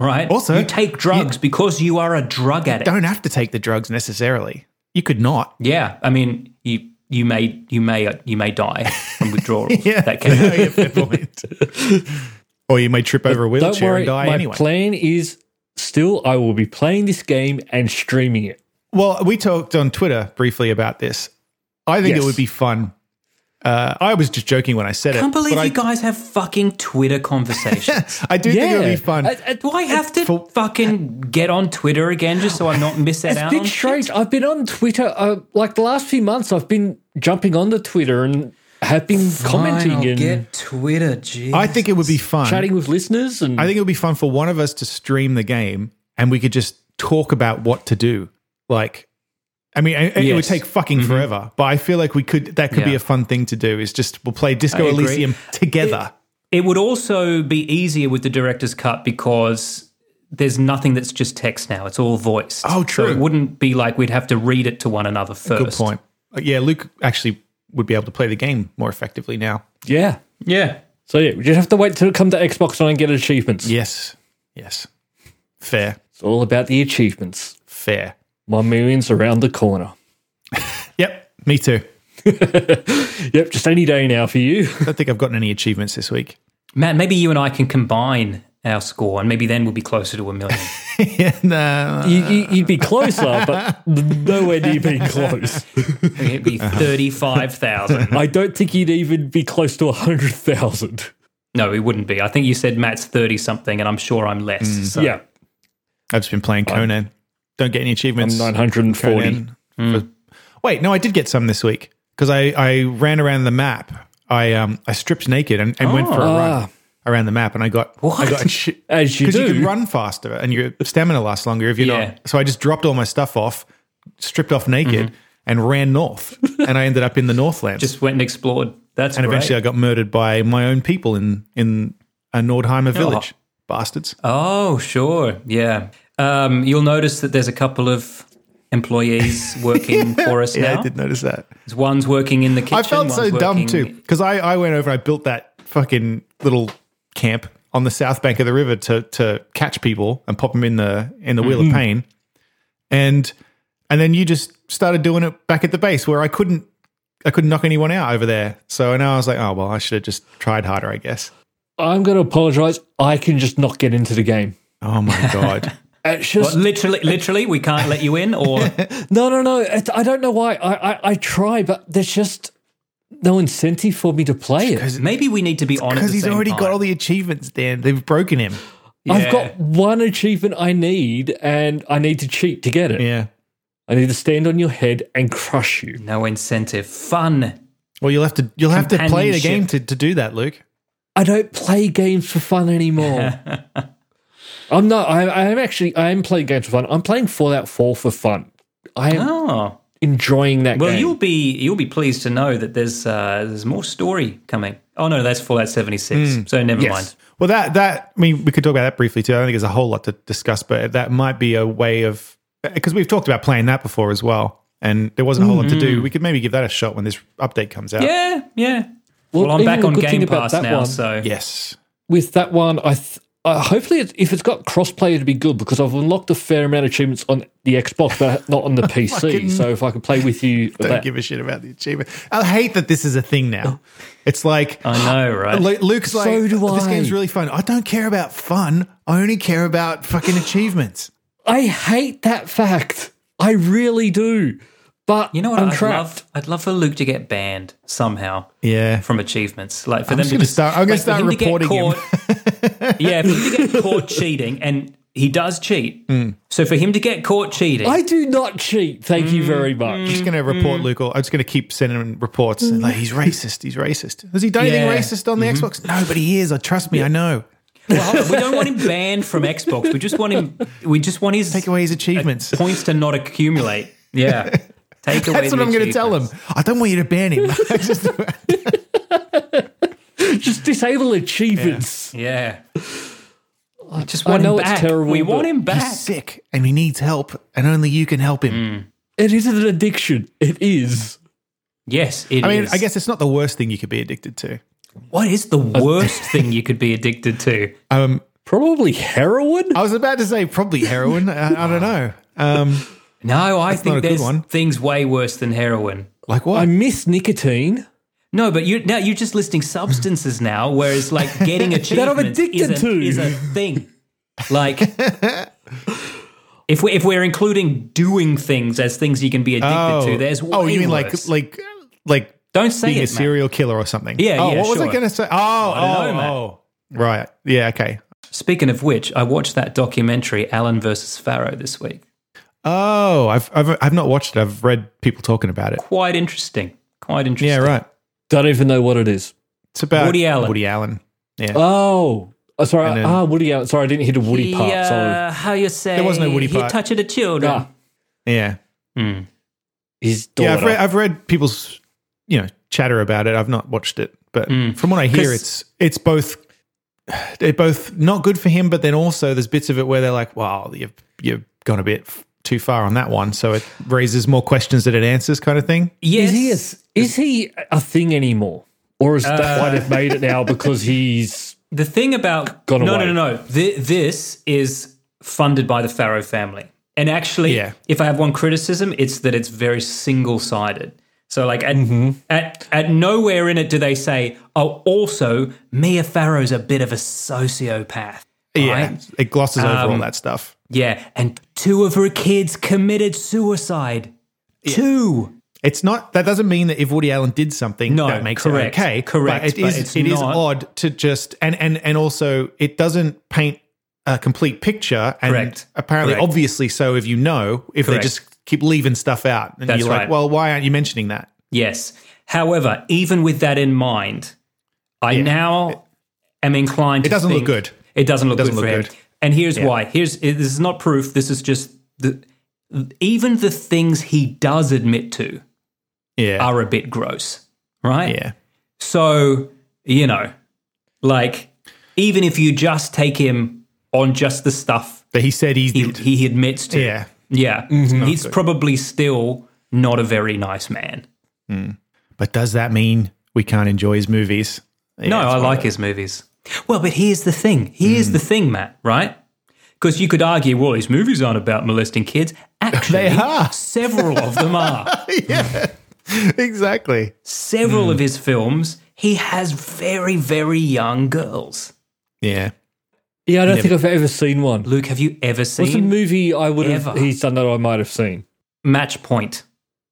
Speaker 3: right?
Speaker 4: Also,
Speaker 3: you take drugs because you are a drug addict.
Speaker 4: don't have to take the drugs necessarily. You could not.
Speaker 3: Yeah, I mean, you you may you may uh, you may die from withdrawals.
Speaker 4: Yeah.
Speaker 3: that can happen.
Speaker 4: Yeah, fair point. or you may trip over
Speaker 1: Don't
Speaker 4: a wheelchair
Speaker 1: worry,
Speaker 4: and die
Speaker 1: my
Speaker 4: anyway.
Speaker 1: plan is still I will be playing this game and streaming it.
Speaker 4: Well, we talked on Twitter briefly about this. I think
Speaker 1: Yes.
Speaker 4: it would be fun. Uh, I was just joking when I said it.
Speaker 3: Can't believe you
Speaker 4: but
Speaker 3: guys have fucking Twitter conversations.
Speaker 4: I, I do think it would be fun.
Speaker 1: I- I-
Speaker 3: Do I have to
Speaker 4: For-
Speaker 3: fucking get on Twitter again just so I not miss that
Speaker 1: It's
Speaker 3: out?
Speaker 1: been
Speaker 3: on
Speaker 1: strange. I've been on Twitter uh, like the last few months. I've been jumping on the Twitter and have been commenting and
Speaker 3: get Twitter. Geez.
Speaker 4: I think it would be fun.
Speaker 1: chatting with listeners. And
Speaker 4: I think it would be fun for one of us to stream the game and we could just talk about what to do. Like, I mean, it, it would
Speaker 3: Yes. Mm-hmm.
Speaker 4: take fucking forever, but I feel like we could, that could be
Speaker 3: Yeah.
Speaker 4: a fun thing to do is just we'll play Disco
Speaker 3: I agree.
Speaker 4: Elysium together.
Speaker 3: it would also be easier with the director's cut because there's nothing that's just text now. It's all voiced.
Speaker 4: Oh, true.
Speaker 3: So it wouldn't be like we'd have to read it to one another first.
Speaker 4: Good point. Uh, Yeah, Luke actually would be able to play the game more effectively now.
Speaker 1: yeah.
Speaker 3: Yeah.
Speaker 1: So yeah, we just have to wait till it comes to Xbox One and get achievements.
Speaker 4: Yes. Yes. Fair.
Speaker 1: It's all about the achievements.
Speaker 4: Fair.
Speaker 1: One million's around the corner.
Speaker 4: Yep. Me too.
Speaker 1: Yep, just any day now for you.
Speaker 4: I don't think I've gotten any achievements this week.
Speaker 3: Matt, maybe you and I can combine our score and maybe then we'll be closer to a million.
Speaker 4: yeah, no.
Speaker 1: you, you you'd be closer, but nowhere near being close.
Speaker 3: It'd be
Speaker 4: Uh-huh.
Speaker 3: 35,000.
Speaker 1: I don't think you'd even be close to 100,000.
Speaker 3: No, it wouldn't be. I think you said Matt's 30 something and I'm sure I'm less.
Speaker 4: Mm.
Speaker 3: So.
Speaker 1: Yeah,
Speaker 4: I've just been playing Conan. Don't get any achievements.
Speaker 1: 940.
Speaker 4: Conan. For- Wait, no, I did get some this week because I, I ran around the map. I um I stripped naked and, and went for a run
Speaker 1: Ah.
Speaker 4: around the map, and I got I
Speaker 3: What?
Speaker 4: got because
Speaker 1: As you
Speaker 4: you
Speaker 1: do.
Speaker 4: can run faster and your stamina lasts longer if you're
Speaker 3: Yeah.
Speaker 4: not. So I just dropped all my stuff off, stripped off naked, and ran north, and I ended up in the Northlands.
Speaker 3: Just went and explored. That's
Speaker 4: and eventually, I got murdered by my own people in in a Nordheimer village. Bastards.
Speaker 3: Oh, sure. Yeah. Um, you'll notice that there's a couple of employees working for us
Speaker 4: yeah,
Speaker 3: now.
Speaker 4: I did notice that.
Speaker 3: There's One's working in the kitchen.
Speaker 4: I felt so
Speaker 3: one's
Speaker 4: dumb
Speaker 3: working-
Speaker 4: too because I, I went over and I built that fucking little camp on the south bank of the river to to catch people and pop them in the in the wheel
Speaker 3: Mm.
Speaker 4: of pain, and and then you just started doing it back at the base where I couldn't I couldn't knock anyone out over there. So and I was like, oh well, I should have just tried harder, I guess.
Speaker 1: I'm going to apologize. I can just not get into the game.
Speaker 4: Oh my god,
Speaker 1: It's just,
Speaker 3: What, literally, literally, we can't let you in, or
Speaker 1: no, no, no. It, I don't know why. I, I, I try, but there's just no incentive for me to play it.
Speaker 3: maybe we need to be honest.
Speaker 4: because he's already got all the achievements, Dan. They've broken him.
Speaker 1: I've got one achievement I need, and I need to cheat to get it.
Speaker 4: Yeah.
Speaker 1: I need to stand on your head and crush you.
Speaker 3: no incentive. Fun.
Speaker 4: Well, you'll have to you'll have to play the
Speaker 3: Companionship.
Speaker 4: game to, to do that, Luke.
Speaker 1: I don't play games for fun anymore. I'm not. I, I am actually. I am playing games for fun. I'm playing Fallout 4 for fun. I am
Speaker 3: Oh,
Speaker 1: enjoying that
Speaker 3: well,
Speaker 1: game.
Speaker 3: you'll be you'll be pleased to know that there's uh, there's more story coming. Oh no, that's Fallout 76.
Speaker 4: Hmm.
Speaker 3: So never mind.
Speaker 4: Well, that that I mean, we could talk about that briefly too. I don't think there's a whole lot to discuss, but that might be a way of because we've talked about playing that before as well, and there wasn't a whole lot to do. We could maybe give that a shot when this update comes out.
Speaker 3: Yeah, yeah. Well, I'm
Speaker 1: even
Speaker 3: back
Speaker 1: the
Speaker 3: on
Speaker 1: good thing
Speaker 3: Game
Speaker 1: about
Speaker 3: Pass
Speaker 1: that
Speaker 3: now,
Speaker 1: one-
Speaker 3: so
Speaker 4: Yes.
Speaker 1: With that one, I th- uh, hopefully it, if it's got crossplay, it'd be good because I've unlocked a fair amount of achievements on the Xbox, but not on the PC. so if I could play with you, for
Speaker 4: Don't
Speaker 1: that.
Speaker 4: give a shit about the achievement. I hate that this is a thing now. It's like
Speaker 3: I know, right?
Speaker 4: Lu- Luke's like, "Oh,
Speaker 1: do
Speaker 4: this
Speaker 1: I."
Speaker 4: game's really fun. I don't care about fun. I only care about fucking achievements.
Speaker 1: I hate that fact. I really do. But
Speaker 3: You know what?
Speaker 1: I'm
Speaker 3: I'd
Speaker 1: trapped.
Speaker 3: love. I'd love for Luke to get banned somehow
Speaker 4: Yeah.
Speaker 3: from achievements. Like for
Speaker 4: I'm
Speaker 3: them
Speaker 4: just
Speaker 3: to
Speaker 4: gonna
Speaker 3: just
Speaker 4: start- I'm gonna
Speaker 3: like, for
Speaker 4: start
Speaker 3: him to get
Speaker 4: reporting him.
Speaker 3: caught- yeah, for him to get caught cheating, and he does cheat.
Speaker 4: Hmm.
Speaker 3: So for him to get caught cheating,
Speaker 1: I do not cheat. Thank you very
Speaker 3: Mm-hmm.
Speaker 1: much.
Speaker 4: just going to report Luke, or I'm just going to keep sending him reports. And like, he's racist. He's racist. Has he done
Speaker 3: Mm-hmm. Yeah. Mm-hmm.
Speaker 4: anything racist on the Xbox? No, but he is. I trust me. I know.
Speaker 3: well, hold on, we don't want him banned from Xbox. We just want him. We just want his
Speaker 4: Take away his achievements.
Speaker 3: points to not accumulate. Yeah. Take away
Speaker 4: That's what
Speaker 3: the
Speaker 4: I'm going to tell him.
Speaker 3: achievements.
Speaker 4: I don't want you to ban him. Just-
Speaker 1: Just disable achievements.
Speaker 3: Yeah. I just
Speaker 1: I
Speaker 3: want
Speaker 1: know
Speaker 3: him
Speaker 1: it's
Speaker 3: back.
Speaker 1: terrible,
Speaker 3: we
Speaker 1: but
Speaker 3: want him back.
Speaker 4: He's sick and he needs help, and only you can help him.
Speaker 3: Mm,
Speaker 1: It isn't an addiction. It is.
Speaker 3: Yes, it is.
Speaker 4: I mean, I guess it's not the worst thing you could be addicted to.
Speaker 3: What is the worst thing you could be addicted to?
Speaker 1: Probably
Speaker 3: Uh,
Speaker 1: heroin?
Speaker 4: I was about to say probably heroin. I, I don't know. Um,
Speaker 3: No, I
Speaker 4: not a
Speaker 3: think
Speaker 4: good
Speaker 3: there's
Speaker 4: one.
Speaker 3: things way worse than heroin.
Speaker 4: like what?
Speaker 1: I miss nicotine.
Speaker 3: No, but you now you're just listing substances now, whereas like getting
Speaker 1: I'm
Speaker 3: achievements
Speaker 1: addicted
Speaker 3: is, a,
Speaker 1: to.
Speaker 3: is a thing. Like if we if we're including doing things as things you can be addicted to, there's way
Speaker 4: oh, you mean
Speaker 3: worse.
Speaker 4: like like like
Speaker 3: don't say
Speaker 4: being a
Speaker 3: it, man.
Speaker 4: serial killer or something?
Speaker 3: Yeah,
Speaker 4: Oh,
Speaker 3: yeah,
Speaker 4: what was I
Speaker 3: sure.
Speaker 4: going to say? Oh,
Speaker 3: don't
Speaker 4: oh,
Speaker 3: know, Matt.
Speaker 4: oh, right. Yeah. Okay.
Speaker 3: Speaking of which, I watched that documentary Alan versus Pharaoh this week.
Speaker 4: Oh, I've, I've I've not watched it. I've read people talking about it.
Speaker 3: Quite interesting. Quite interesting.
Speaker 4: Yeah. Right.
Speaker 1: Don't even know what it is.
Speaker 4: It's about
Speaker 3: Woody Allen.
Speaker 4: Woody Allen. Yeah.
Speaker 1: Oh. oh, sorry.
Speaker 4: And then-
Speaker 1: ah, Woody Allen. Sorry, I didn't hear the Woody
Speaker 3: He,
Speaker 1: part.
Speaker 3: uh,
Speaker 1: Sorry.
Speaker 3: how you say?
Speaker 4: There was no Woody
Speaker 3: he
Speaker 4: part.
Speaker 3: touched the children.
Speaker 1: Ah,
Speaker 4: yeah.
Speaker 1: his
Speaker 4: Yeah.
Speaker 1: daughter.
Speaker 4: I've read, I've read people's you know chatter about it. I've not watched it, but from what I hear,
Speaker 3: Hmm. 'Cause-
Speaker 4: it's it's both. They're both not good for him, but then also there's bits of it where they're like, "Wow, you've you've gone a bit f- too far on that one," so it raises more questions than it answers, kind of thing.
Speaker 3: Yes.
Speaker 1: is, he a, is he a thing anymore? Or is that why they've made it now because he's.
Speaker 3: The thing about
Speaker 1: Gone
Speaker 3: no,
Speaker 1: away.
Speaker 3: no, no, no. Th- this is funded by the Pharaoh family, and actually,
Speaker 4: Yeah.
Speaker 3: if I have one criticism, it's that it's very single sided. So, like, at, at at nowhere in it do they say, "Oh, also, Mia Farrow's a bit of a sociopath."
Speaker 4: Yeah,
Speaker 3: right?
Speaker 4: it glosses
Speaker 3: Um,
Speaker 4: over all that stuff.
Speaker 3: yeah, and two of her kids committed suicide. Two.
Speaker 4: It's not that doesn't mean that if Woody Allen did something,
Speaker 3: No,
Speaker 4: that makes
Speaker 3: correct,
Speaker 4: it okay.
Speaker 3: correct,
Speaker 4: but it
Speaker 3: but
Speaker 4: is
Speaker 3: it's
Speaker 4: it is
Speaker 3: not-
Speaker 4: odd to just and and and also it doesn't paint a complete picture. And
Speaker 3: Correct,
Speaker 4: apparently,
Speaker 3: correct.
Speaker 4: obviously, so if you know, if
Speaker 3: Correct.
Speaker 4: they just keep leaving stuff out, and
Speaker 3: That's
Speaker 4: you're
Speaker 3: right.
Speaker 4: like, well, why aren't you mentioning that?
Speaker 3: Yes. However, even with that in mind, I now am inclined.
Speaker 4: It
Speaker 3: to
Speaker 4: doesn't
Speaker 3: think
Speaker 4: look good.
Speaker 3: It doesn't look
Speaker 4: Doesn't
Speaker 3: good for
Speaker 4: look
Speaker 3: him.
Speaker 4: good.
Speaker 3: And here's why. Here's this is not proof. This is just the even the things he does admit to
Speaker 4: Yeah,
Speaker 3: are a bit gross, right?
Speaker 4: yeah,
Speaker 3: So you know, like even if you just take him on just the stuff
Speaker 4: that he said he
Speaker 3: he,
Speaker 4: did.
Speaker 3: he admits to,
Speaker 4: yeah,
Speaker 3: yeah, he's probably still not a very nice man.
Speaker 4: but does that mean we can't enjoy his movies? Yeah,
Speaker 3: No,
Speaker 4: it's
Speaker 3: I
Speaker 4: one
Speaker 3: like his movies. Well, but here's the thing. Here's the thing, Matt, right? Because you could argue, well, his movies aren't about molesting kids.
Speaker 4: They
Speaker 3: Actually,
Speaker 4: are.
Speaker 3: several of them are. Hmm.
Speaker 4: of- exactly.
Speaker 3: Several of his films, he has very, very young girls.
Speaker 4: Yeah,
Speaker 1: Yeah, I don't think I've ever seen one.
Speaker 3: Luke, have you ever
Speaker 1: What's a
Speaker 3: seen
Speaker 1: movie I would have.
Speaker 3: Ever.
Speaker 1: He's done that I might have seen.
Speaker 3: Match Point?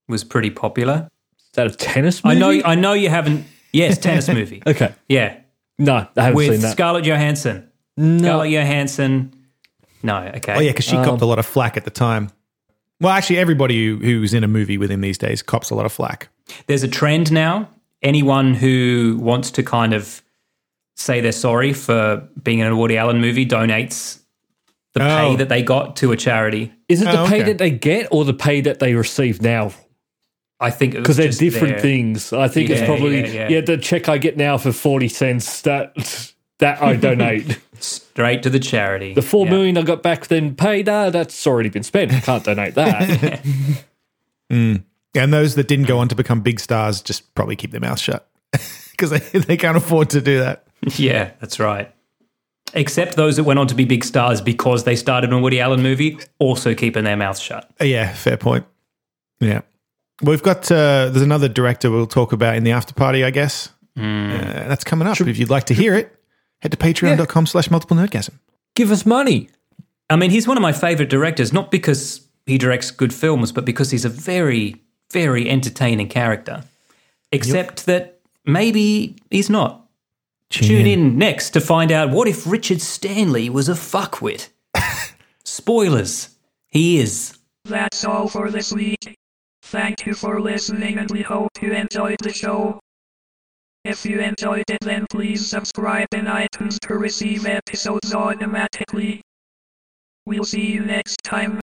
Speaker 3: Was pretty popular.
Speaker 1: Is that a tennis
Speaker 3: I
Speaker 1: movie?
Speaker 3: know. I know you haven't. Yes, tennis movie.
Speaker 1: Okay.
Speaker 3: Yeah,
Speaker 1: No, I haven't seen
Speaker 3: with
Speaker 1: that.
Speaker 3: Scarlett Johansson.
Speaker 1: no.
Speaker 3: Scarlett Johansson. No. Okay.
Speaker 4: Oh yeah, because she
Speaker 3: Um,
Speaker 4: copped a lot of flack at the time. Well, actually, everybody who, who's in a movie with him these days cops a lot of flack.
Speaker 3: there's a trend now. Anyone who wants to kind of say they're sorry for being in a Woody Allen movie donates the pay
Speaker 4: Oh.
Speaker 3: that they got to a charity.
Speaker 1: Is it the
Speaker 4: Oh,
Speaker 1: pay
Speaker 4: okay.
Speaker 1: that they get or the pay that they receive now?
Speaker 3: I think
Speaker 1: Because they're different things. I think it's
Speaker 3: Yeah,
Speaker 1: probably
Speaker 3: yeah,
Speaker 1: yeah,
Speaker 3: yeah.
Speaker 1: the check I get now for forty cents that that I donate.
Speaker 3: Straight to the charity.
Speaker 1: the four
Speaker 3: Yeah.
Speaker 1: million I got back then paid. Ah, that's already been spent. I can't donate that.
Speaker 4: And those that didn't go on to become big stars just probably keep their mouth shut because they, they can't afford to do that.
Speaker 3: Yeah, that's right. Except those that went on to be big stars because they started in a Woody Allen movie, also keeping their mouths shut.
Speaker 4: Uh, Yeah, fair point. Yeah. We've got, uh, there's another director we'll talk about in the after party, I guess. Uh, that's coming up. if you'd like to hear it, head to patreon.com slash multiple nerdgasm.
Speaker 1: Give us money.
Speaker 3: I mean, he's one of my favorite directors, not because he directs good films, but because he's a very, very entertaining character. Except that maybe he's not. Tune, in next to find out what if Richard Stanley was a fuckwit. Spoilers, he is.
Speaker 5: That's all for this week. Thank you for listening and we hope you enjoyed the show. If you enjoyed it then please subscribe in iTunes to receive episodes automatically. We'll see you next time.